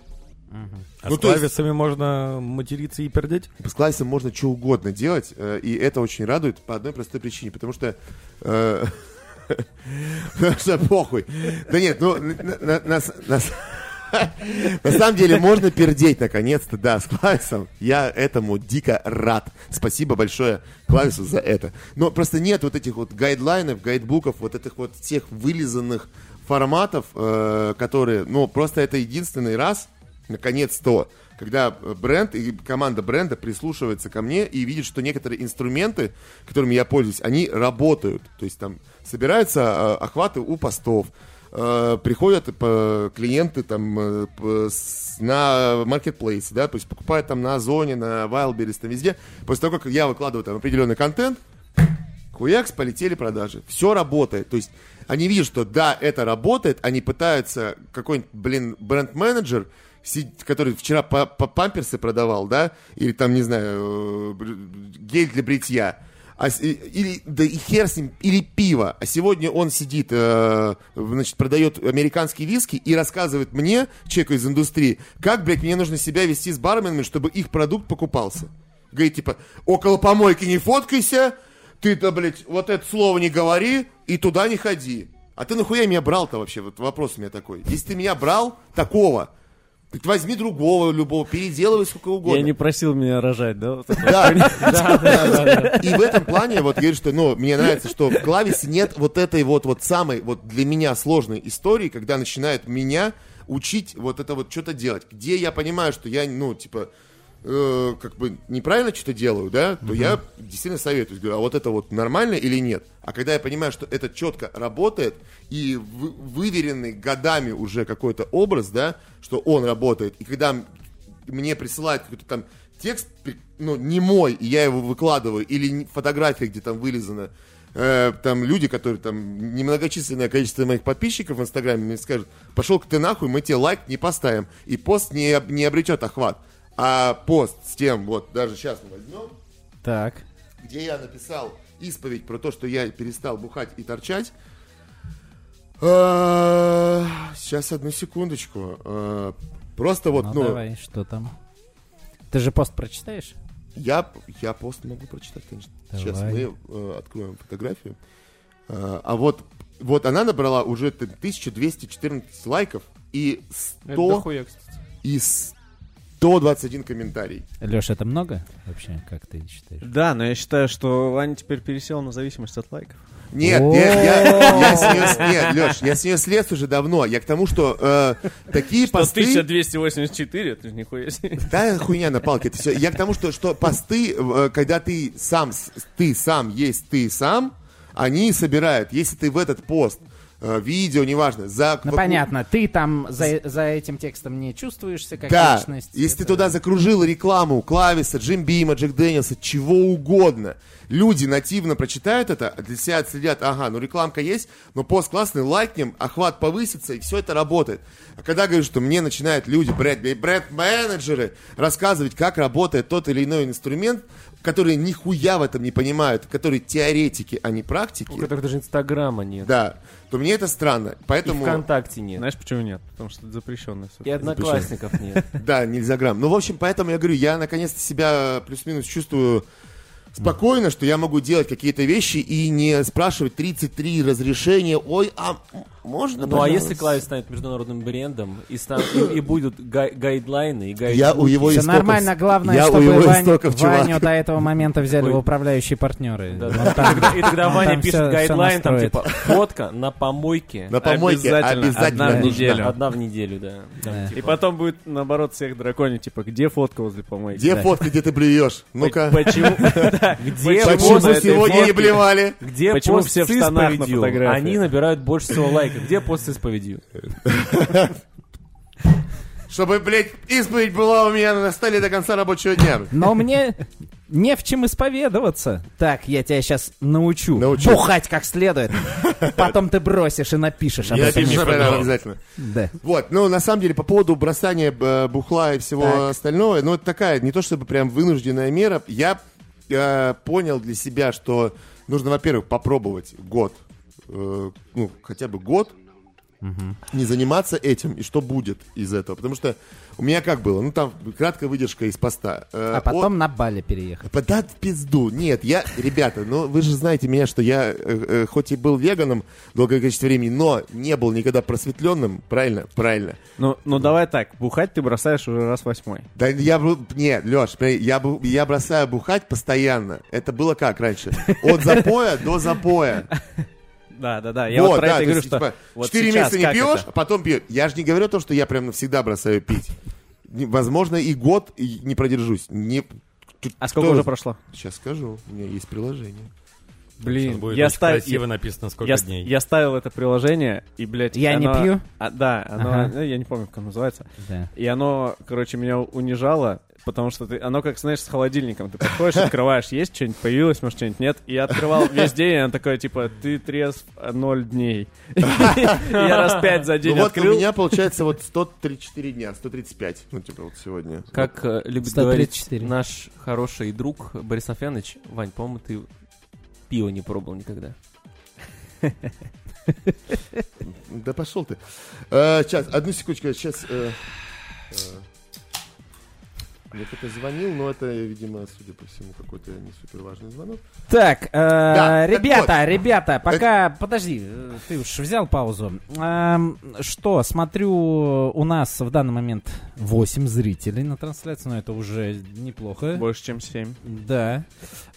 [SPEAKER 5] А
[SPEAKER 4] Ну,
[SPEAKER 5] с
[SPEAKER 4] то есть-
[SPEAKER 5] клависами можно материться и пердеть?
[SPEAKER 4] с классом можно что угодно делать, э, и это очень радует по одной простой причине, потому что... э, потому что похуй. Да нет, ну, на- на- на с- на с- на самом деле можно пердеть, наконец-то, да, с Клависом. Я этому дико рад. Спасибо большое Клавису за это. Но просто нет вот этих вот гайдлайнов, гайдбуков, вот этих вот всех вылизанных форматов, э, которые, ну, просто это единственный раз, наконец-то, когда э, бренд и команда бренда прислушивается ко мне и видит, что некоторые инструменты, которыми я пользуюсь, они работают. То есть там собираются э, охваты у постов, э, приходят э, клиенты там э, п- с- на маркетплейсе, да, то есть покупают там на Озоне, на Wildberries, там везде. После того, как я выкладываю там определенный контент, Хуякс, полетели продажи. Все работает. То есть они видят, что да, это работает, они пытаются какой-нибудь, блин, бренд-менеджер, си- который вчера по, по памперсы продавал, да, или там, не знаю, э, бр- гель для бритья, а с- и- или, да и хер с ним, или пиво. А сегодня он сидит, э, значит, продает американские виски и рассказывает мне, человеку из индустрии, как, блядь, мне нужно себя вести с барменами, чтобы их продукт покупался. Говорит, типа, около помойки не фоткайся, ты-то, блядь, вот это слово не говори и туда не ходи. А ты нахуя меня брал-то вообще? Вот вопрос у меня такой. Если ты меня брал, такого, Так возьми другого любого, переделывай сколько угодно.
[SPEAKER 2] Я не просил меня рожать, да? вот это?
[SPEAKER 4] Да, да, да, да. И в этом плане, вот говорю, что, ну, мне нравится, что в клависе нет вот этой вот, вот самой, вот для меня сложной истории, когда начинают меня учить вот это вот что-то делать. Где я понимаю, что я, ну, типа, э, как бы неправильно что-то делаю, да, то я действительно советую, говорю, а вот это вот нормально или нет. А когда я понимаю, что это четко работает, и вы- выверенный годами уже какой-то образ, да, что он работает, и когда м- мне присылают какой-то там текст, при- ну, не мой, и я его выкладываю, или не- фотография, где там вылезана, э, там люди, которые там немногочисленное количество моих подписчиков в Инстаграме мне скажут, пошел ты нахуй, мы тебе лайк не поставим, и пост не, об- не обретет охват. А пост с тем, вот даже сейчас мы возьмем,
[SPEAKER 1] Так.
[SPEAKER 4] где я написал исповедь про то, что я перестал бухать и торчать. А, Сейчас одну секундочку. А, Просто вот,
[SPEAKER 1] Ну,
[SPEAKER 4] ну,
[SPEAKER 1] давай, что там? Ты же пост прочитаешь?
[SPEAKER 4] я, я пост могу прочитать, конечно. Сейчас
[SPEAKER 1] Давай.
[SPEAKER 4] мы э, откроем фотографию. А, а вот, вот она набрала уже т- 1214 лайков и 100, и 121 комментарий.
[SPEAKER 1] Леша, это много вообще, как ты считаешь?
[SPEAKER 2] Да, но я считаю, что Ваня теперь пересел на зависимость от лайков.
[SPEAKER 4] Нет,
[SPEAKER 1] О.
[SPEAKER 4] нет, я, я с нее, с- нет, Леш, я с нее слез уже давно. Я к тому, что э, такие посты...
[SPEAKER 3] 1284, это же нихуя себе.
[SPEAKER 4] Да, хуйня на палке, это все. Я к тому, что, что посты, э, когда ты сам, с- ты сам есть ты сам, они собирают, если ты в этот пост, э, видео, неважно, за...
[SPEAKER 1] Ну
[SPEAKER 4] вокруг-
[SPEAKER 1] понятно, ты там за, за этим текстом не чувствуешься как
[SPEAKER 4] Да,
[SPEAKER 1] личность.
[SPEAKER 4] если ты
[SPEAKER 1] это-
[SPEAKER 4] туда закружил рекламу Клависа, Джим Бима, Джек Дэниелса, чего угодно, люди нативно прочитают это, а для себя отследят, ага, ну рекламка есть, но пост классный, лайкнем, охват повысится, и все это работает. А когда говорю, что мне начинают люди, бренд-менеджеры, рассказывать, как работает тот или иной инструмент, которые нихуя в этом не понимают, которые теоретики, а не практики,
[SPEAKER 3] У которых даже Инстаграма нет.
[SPEAKER 4] да, то мне это странно.
[SPEAKER 3] И
[SPEAKER 4] Поэтому...
[SPEAKER 3] ВКонтакте нет.
[SPEAKER 2] Знаешь, почему нет? Потому что это запрещенное все.
[SPEAKER 3] И Одноклассников нет.
[SPEAKER 4] Да, нельзя грамм. Ну, в общем, поэтому я говорю, я наконец-то себя э, плюс-минус чувствую спокойно, что я могу делать какие-то вещи и не спрашивать 33 разрешения. Ой, а м- можно,
[SPEAKER 3] Ну а
[SPEAKER 4] пожалуйста?»
[SPEAKER 3] если Клавиш станет международным брендом, и, стан- и, и будут гай- гайдлайны, и гайд...
[SPEAKER 4] Я у его
[SPEAKER 1] Все
[SPEAKER 4] истоков...
[SPEAKER 1] нормально, главное,
[SPEAKER 4] я
[SPEAKER 1] чтобы
[SPEAKER 4] у его
[SPEAKER 1] Вань-
[SPEAKER 4] истоков, чувак.
[SPEAKER 1] Ваню до этого момента взяли
[SPEAKER 3] Ой.
[SPEAKER 1] в управляющие партнеры.
[SPEAKER 3] Да,
[SPEAKER 1] Он
[SPEAKER 3] да.
[SPEAKER 1] там-
[SPEAKER 3] И тогда- И тогда
[SPEAKER 1] он
[SPEAKER 3] Ваня
[SPEAKER 1] там всё-
[SPEAKER 3] пишет
[SPEAKER 1] всё
[SPEAKER 3] гайдлайн, там
[SPEAKER 1] настроит.
[SPEAKER 3] типа фотка на помойке.
[SPEAKER 4] На помойке
[SPEAKER 2] Обязательно,
[SPEAKER 4] обязательно,
[SPEAKER 2] одна в
[SPEAKER 4] нужно.
[SPEAKER 2] неделю.
[SPEAKER 3] Одна в неделю, да. Там,
[SPEAKER 1] Да.
[SPEAKER 2] И
[SPEAKER 3] типа,
[SPEAKER 2] потом будет, наоборот, всех драконить, типа, где фотка возле помойки?
[SPEAKER 4] Где фотка, где ты блюешь? Ну-ка.
[SPEAKER 2] Почему?
[SPEAKER 3] где
[SPEAKER 4] Почему
[SPEAKER 3] пост на этой
[SPEAKER 4] сегодня не
[SPEAKER 3] фотке?
[SPEAKER 4] блевали?
[SPEAKER 3] Где
[SPEAKER 2] Почему
[SPEAKER 3] пост
[SPEAKER 2] все
[SPEAKER 3] с
[SPEAKER 2] в штанах на
[SPEAKER 3] исповедью?
[SPEAKER 2] фотографии?
[SPEAKER 3] Они набирают больше всего лайков. Где пост с исповедью?
[SPEAKER 4] Чтобы, блядь, исповедь была у меня на столе до конца рабочего дня.
[SPEAKER 1] Но мне не в чем исповедоваться. Так, я тебя сейчас научу.
[SPEAKER 4] Научу.
[SPEAKER 1] Бухать как следует. Потом ты бросишь и напишешь об
[SPEAKER 4] Я
[SPEAKER 1] этом.
[SPEAKER 4] пишу обязательно.
[SPEAKER 1] Да.
[SPEAKER 4] Вот, ну, на самом деле, по поводу бросания э, бухла и всего
[SPEAKER 1] Так.
[SPEAKER 4] остального, ну, это такая, не то чтобы прям вынужденная мера, я э, понял для себя, что нужно, во-первых, попробовать год, э, ну, хотя бы год, не заниматься этим, и что будет из этого, потому что у меня как было, ну, там краткая выдержка из поста. Э,
[SPEAKER 1] А
[SPEAKER 4] о-
[SPEAKER 1] потом на Бали переехать.
[SPEAKER 4] да Да в пизду. Нет, я, ребята, ну вы же знаете меня, что я э, э, хоть и был веганом долгое количество времени, но не был никогда просветленным, правильно? Правильно.
[SPEAKER 2] Ну, ну давай так, бухать ты бросаешь уже раз восьмой.
[SPEAKER 4] Да я был... Нет, Леш, я, бу- я бросаю бухать постоянно. Это было как раньше? От запоя до запоя.
[SPEAKER 2] Да, да, да.
[SPEAKER 4] Вот, да, то есть, типа, Четыре месяца не пьешь, а потом пьешь. Я же не говорю то, что я прям навсегда бросаю пить. Не- Возможно, и год и не продержусь. Не...
[SPEAKER 2] А сколько
[SPEAKER 4] Кто-
[SPEAKER 2] уже прошло?
[SPEAKER 4] Сейчас скажу, у меня есть приложение.
[SPEAKER 5] Сейчас будет
[SPEAKER 2] я
[SPEAKER 5] очень
[SPEAKER 2] ставил-
[SPEAKER 5] красиво написано, сколько
[SPEAKER 2] Я, с-
[SPEAKER 5] дней.
[SPEAKER 2] я ставил это приложение, и, блядь,
[SPEAKER 1] Я не
[SPEAKER 2] оно-
[SPEAKER 1] пью?
[SPEAKER 2] А, да, оно,
[SPEAKER 1] Ага.
[SPEAKER 2] ну, я не помню, как оно называется.
[SPEAKER 1] Да.
[SPEAKER 2] И оно, короче, меня унижало, потому что ты, оно как, знаешь, с холодильником. Ты подходишь, открываешь, есть что-нибудь, появилось, может, что-нибудь нет. И я открывал весь день, и оно такое, типа, ты трезв а, ноль дней. И Я раз пять за
[SPEAKER 4] Ну
[SPEAKER 2] день
[SPEAKER 4] вот у
[SPEAKER 2] открыл.
[SPEAKER 4] меня получается вот 134 дня, 135, ну типа вот сегодня.
[SPEAKER 3] Как э, любит
[SPEAKER 1] 134.
[SPEAKER 3] говорить наш хороший друг Борис Афьяныч, Вань, по-моему, ты пиво не пробовал никогда.
[SPEAKER 4] Да пошел Э, ты. Сейчас, одну секундочку, сейчас. Мне кто-то э. звонил, но это, видимо, судя по всему, какой-то не супер важный звонок.
[SPEAKER 1] Так, э,
[SPEAKER 4] Да, так
[SPEAKER 1] ребята,
[SPEAKER 4] вот. Э,
[SPEAKER 1] ребята, пока, подожди, э, ты уж взял паузу. Эм, что, смотрю, у нас в данный момент 8 зрителей на трансляции, но это уже неплохо.
[SPEAKER 2] Больше, чем 7.
[SPEAKER 1] Да.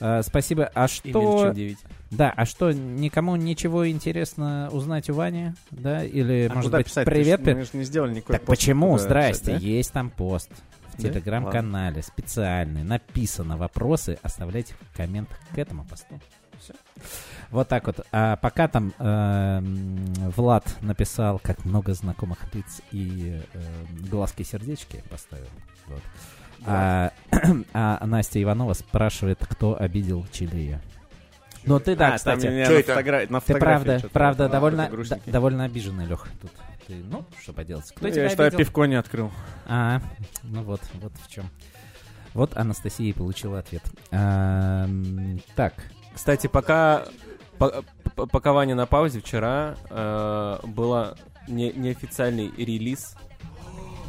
[SPEAKER 1] Э, спасибо. А
[SPEAKER 3] И меньше,
[SPEAKER 1] что...
[SPEAKER 3] чем 9.
[SPEAKER 1] Да, а что, никому ничего интересно узнать у Вани? Да, или,
[SPEAKER 2] А
[SPEAKER 1] может
[SPEAKER 2] куда
[SPEAKER 1] быть,
[SPEAKER 2] писать? Ты
[SPEAKER 1] привет?
[SPEAKER 2] ж-
[SPEAKER 1] пи-
[SPEAKER 2] Мы же не сделали никакой
[SPEAKER 1] Так
[SPEAKER 2] пост,
[SPEAKER 1] почему?
[SPEAKER 2] куда писать,
[SPEAKER 1] Здрасте,
[SPEAKER 2] да?
[SPEAKER 1] есть там пост. В
[SPEAKER 2] Да?
[SPEAKER 1] телеграм-канале специальный написано вопросы, оставляйте в комментах к этому посту. Всё. Вот так вот. А пока там эм, Влад написал, как много знакомых лиц и эм, глазки сердечки поставил. Вот. А, а Настя Иванова спрашивает, кто обидел Чилия. Ну ты да,
[SPEAKER 2] А,
[SPEAKER 1] кстати.
[SPEAKER 2] там меня
[SPEAKER 4] Чё
[SPEAKER 2] на
[SPEAKER 4] это?
[SPEAKER 2] фотогра- на
[SPEAKER 1] Ты
[SPEAKER 2] фотографии
[SPEAKER 1] правда,
[SPEAKER 2] что-то
[SPEAKER 1] правда,
[SPEAKER 2] было.
[SPEAKER 1] довольно,
[SPEAKER 2] Какой-то грустненький.
[SPEAKER 1] да- довольно обиженный, Лех. Тут ты, ну, что поделать. Кто
[SPEAKER 2] Ну,
[SPEAKER 1] тебя
[SPEAKER 2] я что, я
[SPEAKER 1] обидел?
[SPEAKER 2] пивко не открыл.
[SPEAKER 1] А, ну вот, вот в чем. Вот Анастасия и получила ответ. Ам, так,
[SPEAKER 3] Кстати, пока, по- по- пока Ваня на паузе, вчера э, была не- неофициальный релиз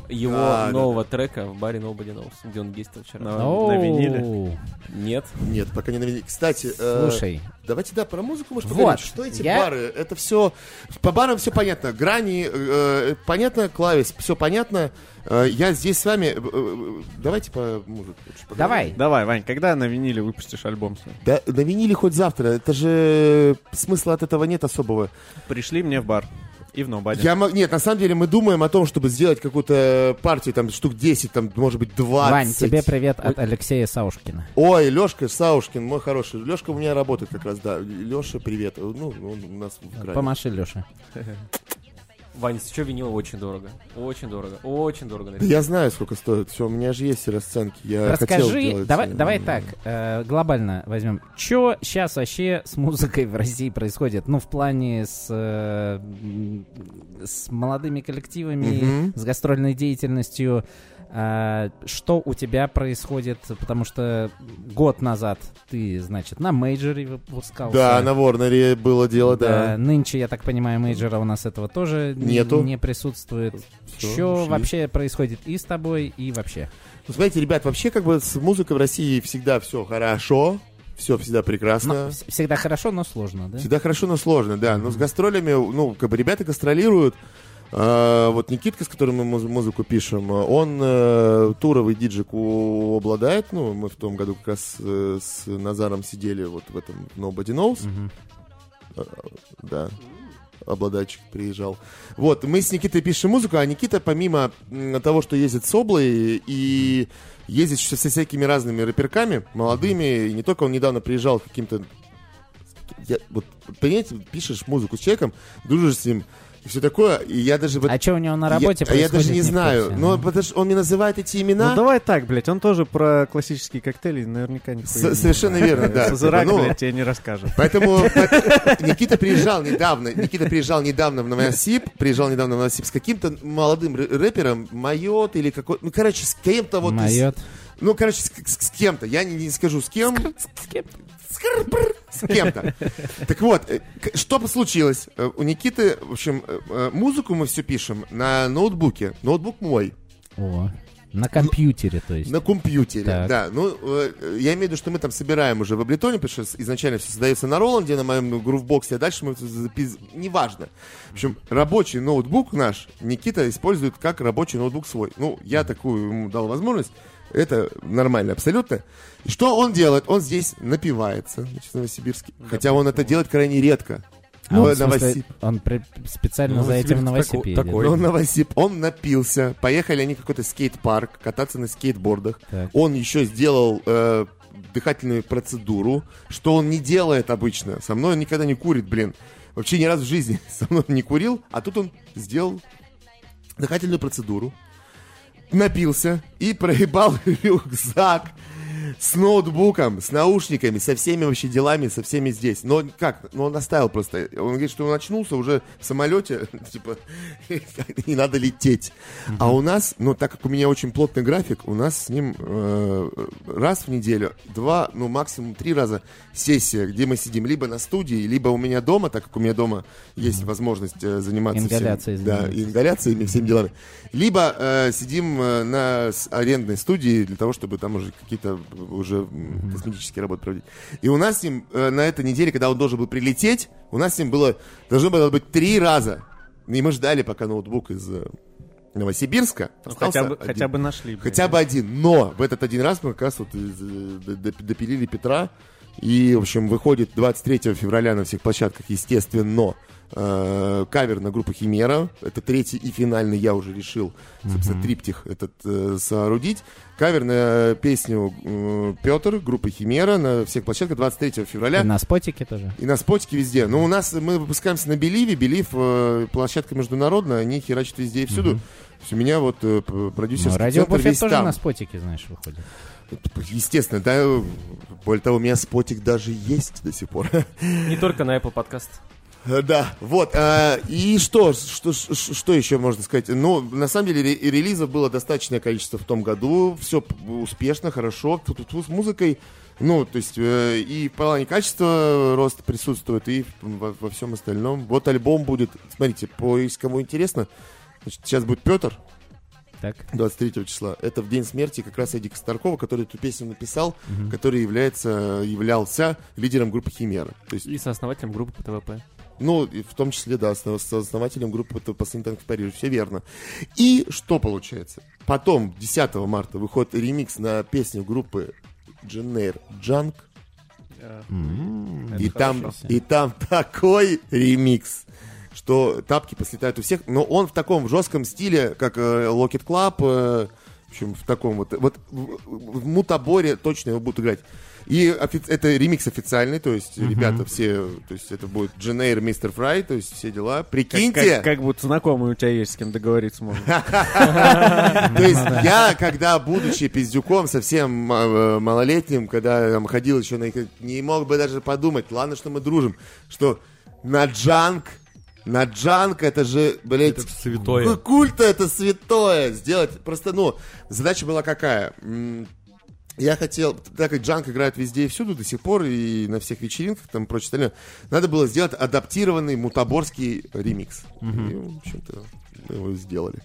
[SPEAKER 3] его
[SPEAKER 4] Да, да,
[SPEAKER 3] нового трека в баре Nobody Knows, где он действовал вчера.
[SPEAKER 2] А, На- на виниле.
[SPEAKER 1] оу,
[SPEAKER 3] Нет.
[SPEAKER 4] Нет, пока не навели. Кстати, э,
[SPEAKER 1] слушай,
[SPEAKER 4] давайте, да, про музыку, может,
[SPEAKER 1] Вот,
[SPEAKER 4] поговорим. Что эти
[SPEAKER 1] я-
[SPEAKER 4] бары? Это все... По барам все понятно. Грани, э, понятно, клавис, все понятно. Э, я здесь с вами... э, э, давайте по музыке лучше поговорим.
[SPEAKER 1] давай.
[SPEAKER 2] Давай, Вань, когда на виниле выпустишь альбом свой?
[SPEAKER 4] Да, на виниле хоть завтра. Это же... Смысла от этого нет особого.
[SPEAKER 2] Пришли мне в бар. И в Нобаде.
[SPEAKER 4] Я, мо- нет, на самом деле мы думаем о том, чтобы сделать какую-то э, партию, там, штук 10, там, может быть, 20.
[SPEAKER 1] Вань, тебе привет от Алексея Саушкина.
[SPEAKER 4] Ой, Лешка Саушкин, мой хороший. Лешка у меня работает как раз, да. Леша, привет. Ну, он у нас в грани.
[SPEAKER 1] Помаши, Леша.
[SPEAKER 3] Вань, если что, винил очень дорого. Очень дорого. Очень дорого.
[SPEAKER 4] Да я знаю, сколько стоит. Все, у меня же есть расценки. Я хотел
[SPEAKER 1] Расскажи,
[SPEAKER 4] сделать,
[SPEAKER 1] давай,
[SPEAKER 4] э,
[SPEAKER 1] давай так, э, глобально возьмем. Че сейчас вообще с музыкой в России происходит? Ну, в плане с, э, м, с молодыми коллективами,
[SPEAKER 4] Мгм.
[SPEAKER 1] с гастрольной деятельностью. А, что у тебя происходит? Потому что год назад ты, значит, на мейджоре выпускался.
[SPEAKER 4] Да, на Ворнере было дело,
[SPEAKER 1] Да,
[SPEAKER 4] да.
[SPEAKER 1] Нынче, я так понимаю, мейджора у нас этого тоже н-
[SPEAKER 4] Нету.
[SPEAKER 1] не присутствует.
[SPEAKER 4] Всё,
[SPEAKER 1] Что
[SPEAKER 4] ушли.
[SPEAKER 1] вообще происходит и с тобой, и вообще?
[SPEAKER 4] Ну, смотрите, ребят, вообще как бы с музыкой в России всегда все хорошо, все всегда прекрасно.
[SPEAKER 1] Ну, вс- всегда хорошо, но сложно, да?
[SPEAKER 4] Всегда хорошо, но сложно, да. Но с гастролями, ну, как бы ребята гастролируют. А, вот Никитка, с которым мы муз- музыку пишем, он э, туровый диджик у- обладает. Ну, мы в том году как раз э, с Назаром сидели вот в этом Nobody Knows.
[SPEAKER 1] Мгм.
[SPEAKER 4] А, Да. Обладачик приезжал. Вот, мы с Никитой пишем музыку, а Никита, помимо м, того, что ездит с облой и ездит еще со всякими разными рэперками, молодыми, и не только, он недавно приезжал к каким-то... Я- вот, понимаете, пишешь музыку с человеком, дружишь с ним, и все такое, и я даже... вот-
[SPEAKER 1] А что у него на работе
[SPEAKER 4] я, а я
[SPEAKER 1] происходит?
[SPEAKER 4] даже не
[SPEAKER 1] в
[SPEAKER 4] знаю,
[SPEAKER 1] курсе, ну.
[SPEAKER 4] но
[SPEAKER 1] да?
[SPEAKER 4] потому что он мне называет эти имена...
[SPEAKER 2] Ну давай так, блядь, он тоже про классические коктейли наверняка не
[SPEAKER 4] С- совершенно верно, да.
[SPEAKER 2] Сазырак,
[SPEAKER 4] Ну,
[SPEAKER 2] блядь, тебе не расскажет.
[SPEAKER 4] Поэтому по- Никита приезжал недавно, Никита приезжал недавно в Новосиб, приезжал недавно в Новосиб с каким-то молодым рэ- рэпером, Майот или какой, ну короче с кем-то вот, из-
[SPEAKER 1] Майот.
[SPEAKER 4] ну короче с, с- с кем-то, я не, не скажу с кем, Скр-бр. с кем-то. Так вот, э, к- что бы случилось? Э, У Никиты, в общем, э, э, музыку мы все пишем на ноутбуке, ноутбук мой,
[SPEAKER 1] О,
[SPEAKER 4] Ну,
[SPEAKER 1] на компьютере, то есть.
[SPEAKER 4] на компьютере,
[SPEAKER 1] Так.
[SPEAKER 4] да. Ну, э, я имею в виду, что мы там собираем уже в Абритоне, потому что изначально все создается на Роланде, на моем грувбоксе, а дальше мы запис... Неважно. В общем, рабочий ноутбук наш Никита использует как рабочий ноутбук свой. Ну, я такую ему дал возможность. Это нормально, абсолютно. И Что он делает? Он здесь напивается, значит, в Новосибирске. Хотя он это делает крайне редко.
[SPEAKER 1] А он,
[SPEAKER 4] Но
[SPEAKER 1] в смысле,
[SPEAKER 4] Новосиб-
[SPEAKER 1] он при- специально за
[SPEAKER 5] Новосибирск
[SPEAKER 1] этим в Новосиб
[SPEAKER 5] тако-
[SPEAKER 1] едет.
[SPEAKER 5] такой.
[SPEAKER 4] но он новосип, он напился. Поехали они в какой-то скейт-парк, кататься на скейтбордах.
[SPEAKER 1] Так.
[SPEAKER 4] Он еще сделал э, дыхательную процедуру, что он не делает обычно. Со мной он никогда не курит, блин. Вообще ни разу в жизни со мной он не курил, а тут он сделал дыхательную процедуру, напился и проебал рюкзак. С ноутбуком, с наушниками, со всеми вообще делами, со всеми здесь. Но как? Ну, он оставил просто. Он говорит, что он очнулся уже в самолете, типа, и надо лететь. А у нас, ну, так как у меня очень плотный график, у нас с ним э, раз в неделю, два, ну, максимум три раза сессия, где мы сидим либо на студии, либо у меня дома, так как у меня дома есть возможность э, заниматься всем-
[SPEAKER 1] Ингаляцией
[SPEAKER 4] да,
[SPEAKER 1] заниматься.
[SPEAKER 4] и ингаляциями, всеми делами. Либо э, сидим э, на с- арендной студии для того, чтобы там уже какие-то э, уже м, косметические работы проводить. И у нас с ним э, на этой неделе, когда он должен был прилететь, у нас с ним было должно было быть три раза. И мы ждали, пока ноутбук из э, Новосибирска.
[SPEAKER 2] Ну,
[SPEAKER 4] остался
[SPEAKER 2] хотя бы,
[SPEAKER 4] один.
[SPEAKER 2] хотя бы нашли. блин.
[SPEAKER 4] Хотя бы один. Но в этот один раз мы как раз вот из- э, д- д- допилили Петра. И, в общем, выходит 23 февраля на всех площадках, естественно, э, кавер на группу Химера. Это третий и финальный, я уже решил, собственно, триптих этот э, соорудить. Кавер на песню э, Петр, группы Химера, на всех площадках 23 февраля.
[SPEAKER 1] И на спотике тоже.
[SPEAKER 4] И на спотике везде. Но у нас мы выпускаемся на Беливе. Белив э, площадка международная, они херачат везде и всюду. То есть у меня вот э, п-
[SPEAKER 1] Ну,
[SPEAKER 4] продюсерский
[SPEAKER 1] радио
[SPEAKER 4] центр
[SPEAKER 1] Буфет
[SPEAKER 4] весь
[SPEAKER 1] тоже
[SPEAKER 4] там.
[SPEAKER 1] на спотике, знаешь, выходит.
[SPEAKER 4] Естественно, да. Более того, у меня спотик даже есть до сих пор.
[SPEAKER 3] Не только на Apple подкаст.
[SPEAKER 4] Э, Да, вот. а, И что, что, ш- ш- что еще можно сказать? Ну, на самом деле, ре- релизов было достаточное количество в том году. Все успешно, хорошо. Тут с музыкой. Ну, то есть, э, и в плане качества рост присутствует, и во, во всем остальном. Вот альбом будет. Смотрите, по, если кому интересно, значит, сейчас будет Петр,
[SPEAKER 1] Так?
[SPEAKER 4] 23 числа. Это в день смерти как раз Эдика Старкова, который эту песню написал, который является, являлся лидером группы Химера. То есть,
[SPEAKER 3] И сооснователем группы ПТВП.
[SPEAKER 4] ну, и в том числе, да, основ- сооснователем группы «Это «Последний танк в Париже». Все верно. И что получается? Потом, 10 марта, выходит ремикс на песню группы Дженнер Джанк.
[SPEAKER 2] Э,
[SPEAKER 4] И
[SPEAKER 2] это
[SPEAKER 4] там,
[SPEAKER 2] хорошо.
[SPEAKER 4] и там такой ремикс, что тапки послетают у всех. Но он в таком жестком стиле, как э, Locket Club, э, в общем, в таком вот... Вот в, в мутаборе точно его будут играть. И офи- это ремикс официальный, то есть ребята все, то есть это будет Дженейр, Мистер Фрай, то есть все дела.
[SPEAKER 2] Как,
[SPEAKER 4] Прикиньте!
[SPEAKER 2] как, как будто знакомый у тебя есть, с кем договориться можно.
[SPEAKER 4] То есть я, когда, будучи пиздюком, совсем э, малолетним, когда я там ходил еще на их- не мог бы даже подумать, ладно, что мы дружим, что на джанк, на джанк, это же, блядь,
[SPEAKER 5] Это святое.
[SPEAKER 4] ку- культ это святое сделать. Просто, ну, задача была какая? М, Я хотел, так как джанк играет везде и всюду до сих пор, и на всех вечеринках, там прочее остальное, надо было сделать адаптированный мутаборский ремикс. И, в общем-то, мы его сделали.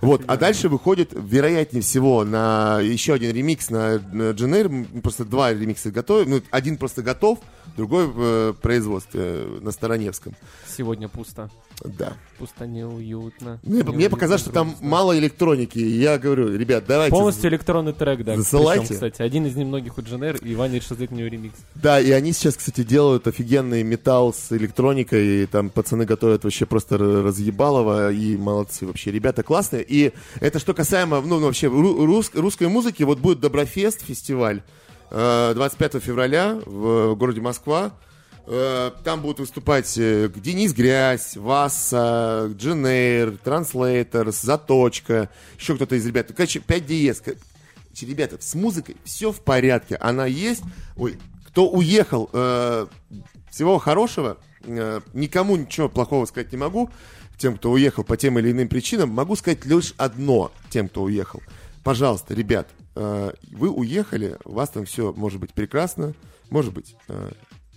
[SPEAKER 4] Вот, а дальше выходит, вероятнее всего, на еще один ремикс на, на Дженейр. Мы Просто два ремикса готовы. Ну, один просто готов, другой в э, производстве э, на Староневском.
[SPEAKER 3] Сегодня пусто.
[SPEAKER 4] Да.
[SPEAKER 3] Пусто, неуютно.
[SPEAKER 4] Мне, мне
[SPEAKER 3] Неуютно,
[SPEAKER 4] показалось, что там
[SPEAKER 3] грустно.
[SPEAKER 4] мало электроники. И Я говорю, ребят, давайте.
[SPEAKER 3] Полностью электронный трек, да.
[SPEAKER 4] Засылайте.
[SPEAKER 3] Причем, кстати, один из немногих у Дженер и Ваня решил сделать у него ремикс.
[SPEAKER 4] Да, и они сейчас, кстати, делают офигенный металл с электроникой, и там пацаны готовят вообще просто р- разъебалово, и молодцы вообще, ребята классные. И это что касаемо, ну, ну, вообще, ру- рус- русской музыки, вот будет Доброфест фестиваль э, 25 февраля в э, городе Москва. Э, Там будут выступать э, Денис Грязь, Васа, Дженейр, Транслейтерс, Заточка, еще кто-то из ребят. Ну, Короче, 5 DS. К- короче, Ребята, с музыкой все в порядке. Она есть. Ой, кто уехал, э, всего хорошего. Э, Никому ничего плохого сказать не могу. Тем, кто уехал по тем или иным причинам, могу сказать лишь одно тем, кто уехал. Пожалуйста, ребят, э, вы уехали, у вас там все может быть прекрасно, может быть э,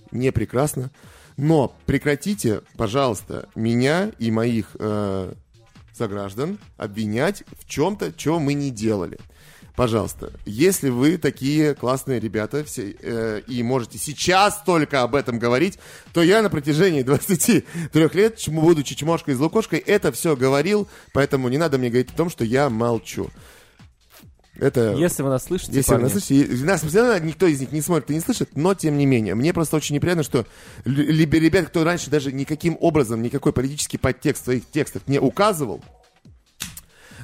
[SPEAKER 4] не прекрасно. Но прекратите, пожалуйста, меня и моих э, сограждан обвинять в чем-то, чего мы не делали. Пожалуйста, если вы такие классные ребята все, э, и можете сейчас только об этом говорить, то я на протяжении 23 лет, чм- будучи чмошкой и злукошкой, это все говорил, поэтому не надо мне говорить о том, что я молчу. Это...
[SPEAKER 3] Если вы нас слышите,
[SPEAKER 4] Если вы
[SPEAKER 3] парни,
[SPEAKER 4] нас слышите, и- нас все равно никто из них не смотрит и не слышит, но тем не менее. Мне просто очень неприятно, что лю- либо ребят, кто раньше даже никаким образом, никакой политический подтекст в своих текстах не указывал,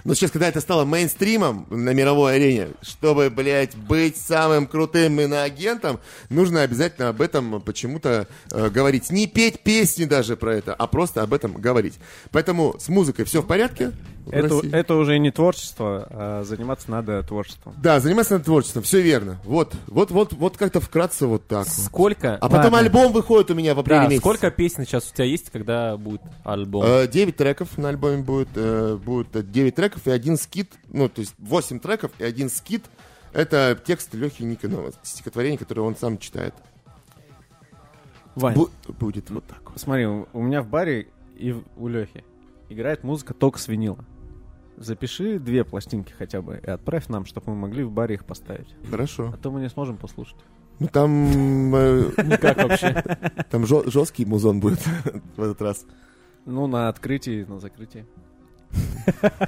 [SPEAKER 4] но сейчас, когда это стало мейнстримом на мировой арене, чтобы, блядь, быть самым крутым иноагентом, нужно обязательно об этом почему-то э, говорить. Не петь песни даже про это, а просто об этом говорить. Поэтому с музыкой все в порядке. в
[SPEAKER 2] Это,
[SPEAKER 4] России.
[SPEAKER 2] это уже не творчество, а заниматься надо творчеством.
[SPEAKER 4] Да, заниматься надо творчеством, все верно. Вот, вот, вот, вот как-то вкратце вот так. вот.
[SPEAKER 3] Сколько?
[SPEAKER 4] А потом
[SPEAKER 1] Ладно.
[SPEAKER 4] альбом выходит у меня в апреле
[SPEAKER 3] Да,
[SPEAKER 4] месяце.
[SPEAKER 3] сколько песен сейчас у тебя есть, когда будет альбом?
[SPEAKER 4] Э, 9 треков на альбоме будет. э, Будет э, 9 треков и один скит. Ну, то есть 8 треков и один скит. Это текст Лехи Никонова, стихотворение, которое он сам читает.
[SPEAKER 2] Вань,
[SPEAKER 4] Бу- будет вот так. вот.
[SPEAKER 2] смотри, у у меня в баре и в- у Лехи играет музыка только с винила. Запиши две пластинки хотя бы и отправь нам, чтобы мы могли в баре их поставить.
[SPEAKER 4] Хорошо.
[SPEAKER 2] А то мы не сможем послушать.
[SPEAKER 4] Ну там... э,
[SPEAKER 3] Никак вообще.
[SPEAKER 4] Там жесткий музон будет в этот раз.
[SPEAKER 2] Ну, на открытии, на закрытии.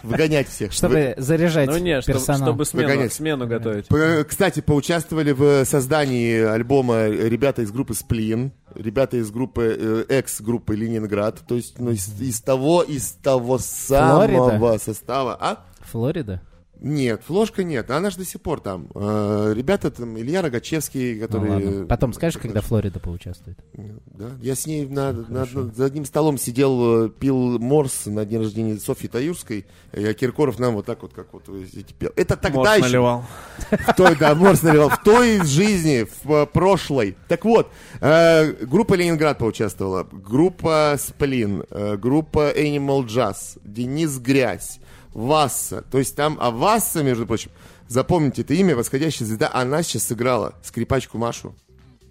[SPEAKER 4] Выгонять всех.
[SPEAKER 1] Чтобы заряжать
[SPEAKER 2] Ну не, чтоб-
[SPEAKER 1] персонал.
[SPEAKER 2] чтобы смену,
[SPEAKER 4] Выгонять.
[SPEAKER 2] смену готовить.
[SPEAKER 4] П- э, Кстати, поучаствовали в создании альбома ребята из группы Сплин, ребята из группы э, экс-группы Ленинград, то есть ну, из, из того из того самого состава, а?
[SPEAKER 1] Флорида?
[SPEAKER 4] Нет, флошка нет, она же до сих пор там. Э, ребята там Илья Рогачевский,
[SPEAKER 1] Ну,
[SPEAKER 4] который.
[SPEAKER 1] ладно. Потом скажешь, когда Флорида поучаствует.
[SPEAKER 4] Да, я с ней на, на- на- за одним столом сидел, э, пил морс на день рождения Софьи Таюрской, я Киркоров нам вот так вот как вот э, пел. Это тогда
[SPEAKER 2] Морс
[SPEAKER 4] еще
[SPEAKER 2] наливал.
[SPEAKER 4] В той, да, морс наливал. В той жизни, в э, прошлой. Так вот, э, группа «Ленинград» поучаствовала, группа «Сплин», э, группа «Animal Jazz», «Денис Грязь», «Васса». То есть там, а «Васса», между прочим, запомните это имя, восходящая звезда, она сейчас сыграла скрипачку Машу.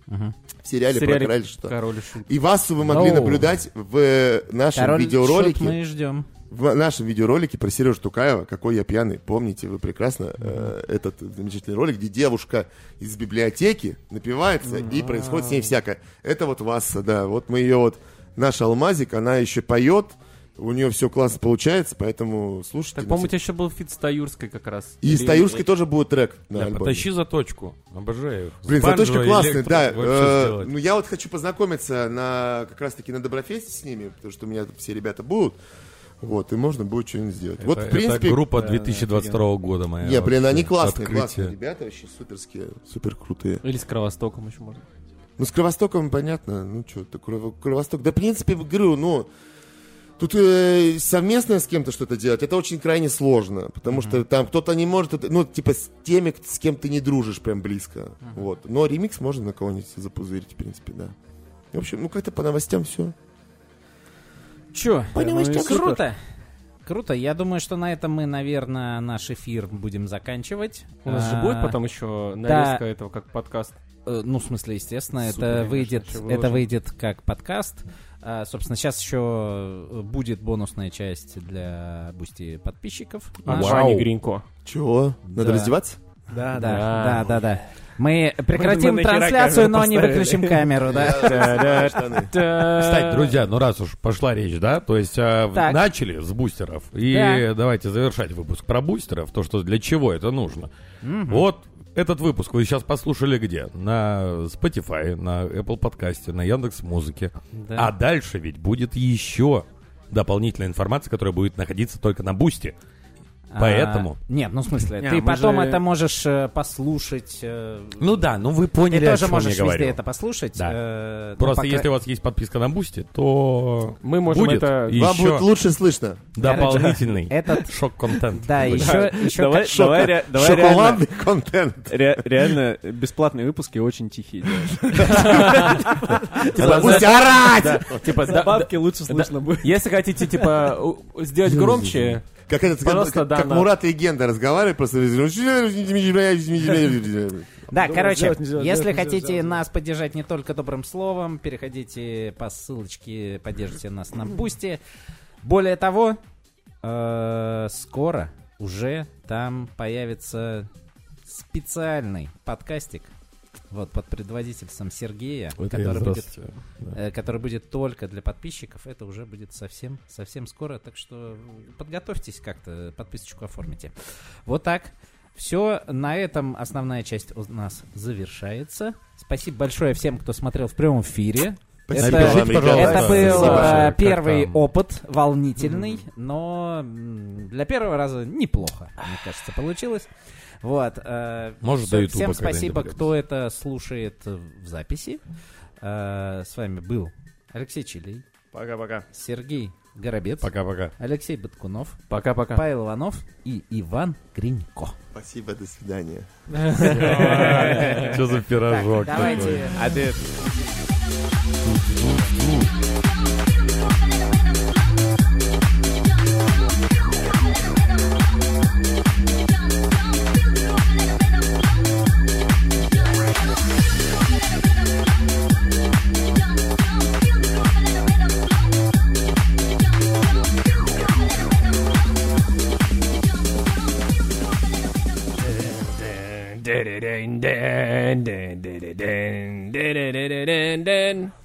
[SPEAKER 4] В сериале,
[SPEAKER 3] сериале
[SPEAKER 4] про король что.
[SPEAKER 3] Король и Шут.
[SPEAKER 4] И Вассу вы могли
[SPEAKER 1] Оу.
[SPEAKER 4] наблюдать в э, нашем
[SPEAKER 1] Король
[SPEAKER 4] видеоролике.
[SPEAKER 1] шут мы и ждем.
[SPEAKER 4] В нашем видеоролике про Сережу Тукаева «Какой я пьяный». Помните вы прекрасно э, этот замечательный ролик, где девушка из библиотеки напивается, и происходит с ней всякое. Это вот Васса, да. Вот мы ее вот... Наш алмазик, она еще поет, у нее все классно получается, поэтому слушайте.
[SPEAKER 3] Так,
[SPEAKER 4] на
[SPEAKER 3] по-моему, у
[SPEAKER 4] всякий-
[SPEAKER 3] тебя еще был фит с Таюрской как раз.
[SPEAKER 4] И с
[SPEAKER 3] Или-
[SPEAKER 4] Таюрской тоже будет трек на
[SPEAKER 5] Да,
[SPEAKER 4] альбоме.
[SPEAKER 5] потащи заточку. Обожаю их.
[SPEAKER 4] Блин,
[SPEAKER 5] Спанжево,
[SPEAKER 4] заточка классная,
[SPEAKER 5] электро,
[SPEAKER 4] да.
[SPEAKER 5] вообще
[SPEAKER 4] Э,
[SPEAKER 5] сделать.
[SPEAKER 4] ну, я вот хочу познакомиться на как раз-таки на Доброфесте с ними, потому что у меня все ребята будут. Вот, и можно будет что-нибудь сделать. вот,
[SPEAKER 5] Это-
[SPEAKER 4] в принципе,
[SPEAKER 5] это группа 2022 года моя.
[SPEAKER 4] Не, блин,
[SPEAKER 5] вообще.
[SPEAKER 4] они классные,
[SPEAKER 5] Открытие.
[SPEAKER 4] классные ребята, вообще суперские, супер крутые.
[SPEAKER 3] Или с Кровостоком еще можно.
[SPEAKER 4] Ну, с Кровостоком понятно, ну, что, это Крово- Кровосток. Да, в принципе, говорю, ну, тут э, совместно с кем-то что-то делать, это очень крайне сложно, потому что там кто-то не может, это- ну, типа, с теми, с кем ты не дружишь прям близко, вот. Но ремикс можно на кого-нибудь запузырить, в принципе, да. В общем, ну, как-то по новостям все.
[SPEAKER 1] Че?
[SPEAKER 2] Понимаешь, ну и супер.
[SPEAKER 1] Круто. Круто. Я думаю, что на этом мы, наверное, наш эфир будем заканчивать.
[SPEAKER 3] У нас
[SPEAKER 1] А,
[SPEAKER 3] же будет потом еще нарезка этого как подкаст.
[SPEAKER 1] э, Ну, в смысле, естественно,
[SPEAKER 3] Супер,
[SPEAKER 1] это
[SPEAKER 3] конечно,
[SPEAKER 1] выйдет,
[SPEAKER 3] еще
[SPEAKER 1] это
[SPEAKER 3] выложим.
[SPEAKER 1] выйдет как подкаст. А, собственно, сейчас еще будет бонусная часть для бусти подписчиков.
[SPEAKER 3] А
[SPEAKER 1] наших.
[SPEAKER 3] Жани Гринько.
[SPEAKER 4] Чего? Надо
[SPEAKER 1] Да.
[SPEAKER 4] раздеваться?
[SPEAKER 1] Да, да,
[SPEAKER 3] да.
[SPEAKER 1] да, да. Мы прекратим
[SPEAKER 2] Мы- мы нахера
[SPEAKER 1] трансляцию,
[SPEAKER 2] камеру
[SPEAKER 1] но не
[SPEAKER 2] поставили?
[SPEAKER 1] выключим камеру, да.
[SPEAKER 4] Штаны.
[SPEAKER 5] Кстати, друзья, ну раз уж пошла речь, да, то есть э, в-
[SPEAKER 1] Так.
[SPEAKER 5] начали с бустеров, и
[SPEAKER 1] Да.
[SPEAKER 5] давайте завершать выпуск про бустеров, то, что для чего это нужно. Вот этот выпуск вы сейчас послушали где? На Spotify, на Apple подкасте, на Яндекс Музыке.
[SPEAKER 1] Да.
[SPEAKER 5] А дальше ведь будет еще дополнительная информация, которая будет находиться только на бусте.
[SPEAKER 1] А,
[SPEAKER 5] Поэтому.
[SPEAKER 1] Нет, ну в смысле,
[SPEAKER 2] Не,
[SPEAKER 1] ты
[SPEAKER 2] мы
[SPEAKER 1] потом
[SPEAKER 2] же-
[SPEAKER 1] это можешь э, послушать. э,
[SPEAKER 5] Ну да, ну вы поняли,
[SPEAKER 1] Ты
[SPEAKER 5] о
[SPEAKER 1] тоже
[SPEAKER 5] чем
[SPEAKER 1] можешь
[SPEAKER 5] я говорю.
[SPEAKER 1] везде это послушать.
[SPEAKER 5] Да.
[SPEAKER 1] э, ну,
[SPEAKER 5] Просто
[SPEAKER 1] пока-
[SPEAKER 5] если у вас есть подписка на бусте, то
[SPEAKER 3] Мы можем
[SPEAKER 5] будет
[SPEAKER 3] это-
[SPEAKER 5] еще
[SPEAKER 4] Вам будет лучше слышно.
[SPEAKER 5] дополнительный
[SPEAKER 1] Этот-
[SPEAKER 5] шок-контент.
[SPEAKER 1] Да,
[SPEAKER 5] Будет.
[SPEAKER 1] еще, еще
[SPEAKER 2] Давай,
[SPEAKER 1] как-
[SPEAKER 2] давай, ре- давай реально,
[SPEAKER 4] Шоколадный контент.
[SPEAKER 2] ре- реально бесплатные выпуски очень тихие. делать.
[SPEAKER 3] Типа,
[SPEAKER 4] Пусть орать!
[SPEAKER 3] Типа, да-
[SPEAKER 2] Добавки лучше слышно будет.
[SPEAKER 3] да- если хотите, типа, у- сделать громче,
[SPEAKER 4] Как этот, как,
[SPEAKER 3] Пожалуйста, да,
[SPEAKER 4] как
[SPEAKER 3] на.
[SPEAKER 4] Мурат Легенда разговаривает, просто
[SPEAKER 1] Да,
[SPEAKER 2] Думаю,
[SPEAKER 1] короче,
[SPEAKER 2] сделать, не сделать,
[SPEAKER 1] если
[SPEAKER 2] сделать, не
[SPEAKER 1] хотите
[SPEAKER 2] сделать,
[SPEAKER 1] нас поддержать не только добрым словом, переходите по ссылочке, поддержите нас на бусте. Более того, э, скоро уже там появится специальный подкастик. Вот, под предводительством Сергея, который будет э, который будет только для подписчиков, это уже будет совсем, совсем скоро. Так что м, подготовьтесь как-то, подписочку оформите. Вот так. Все, на этом основная часть у нас завершается. Спасибо большое всем, кто смотрел в прямом эфире.
[SPEAKER 4] Спасибо
[SPEAKER 1] это,
[SPEAKER 4] вам, ребята.
[SPEAKER 1] это был
[SPEAKER 4] Спасибо
[SPEAKER 1] э,
[SPEAKER 5] большое.
[SPEAKER 1] первый
[SPEAKER 5] Как там?
[SPEAKER 1] опыт, волнительный, но м, для первого раза неплохо, мне кажется, получилось. Вот. э,
[SPEAKER 5] Может,
[SPEAKER 1] всё-
[SPEAKER 5] до Ютуба
[SPEAKER 1] Всем
[SPEAKER 5] когда-нибудь
[SPEAKER 1] спасибо,
[SPEAKER 5] доберемся.
[SPEAKER 1] кто это слушает в записи. Э, С вами был Алексей Чилий,
[SPEAKER 2] Пока-пока.
[SPEAKER 1] Сергей Горобец,
[SPEAKER 5] Пока-пока.
[SPEAKER 1] Алексей Баткунов,
[SPEAKER 3] Пока-пока.
[SPEAKER 1] Павел Иванов и Иван Гринько.
[SPEAKER 4] Спасибо, до свидания.
[SPEAKER 5] Что за пирожок такой?
[SPEAKER 1] Давайте.
[SPEAKER 2] А ты
[SPEAKER 3] Dun-dun-dun-dun-dun-dun-dun-dun-dun-dun-dun-dun.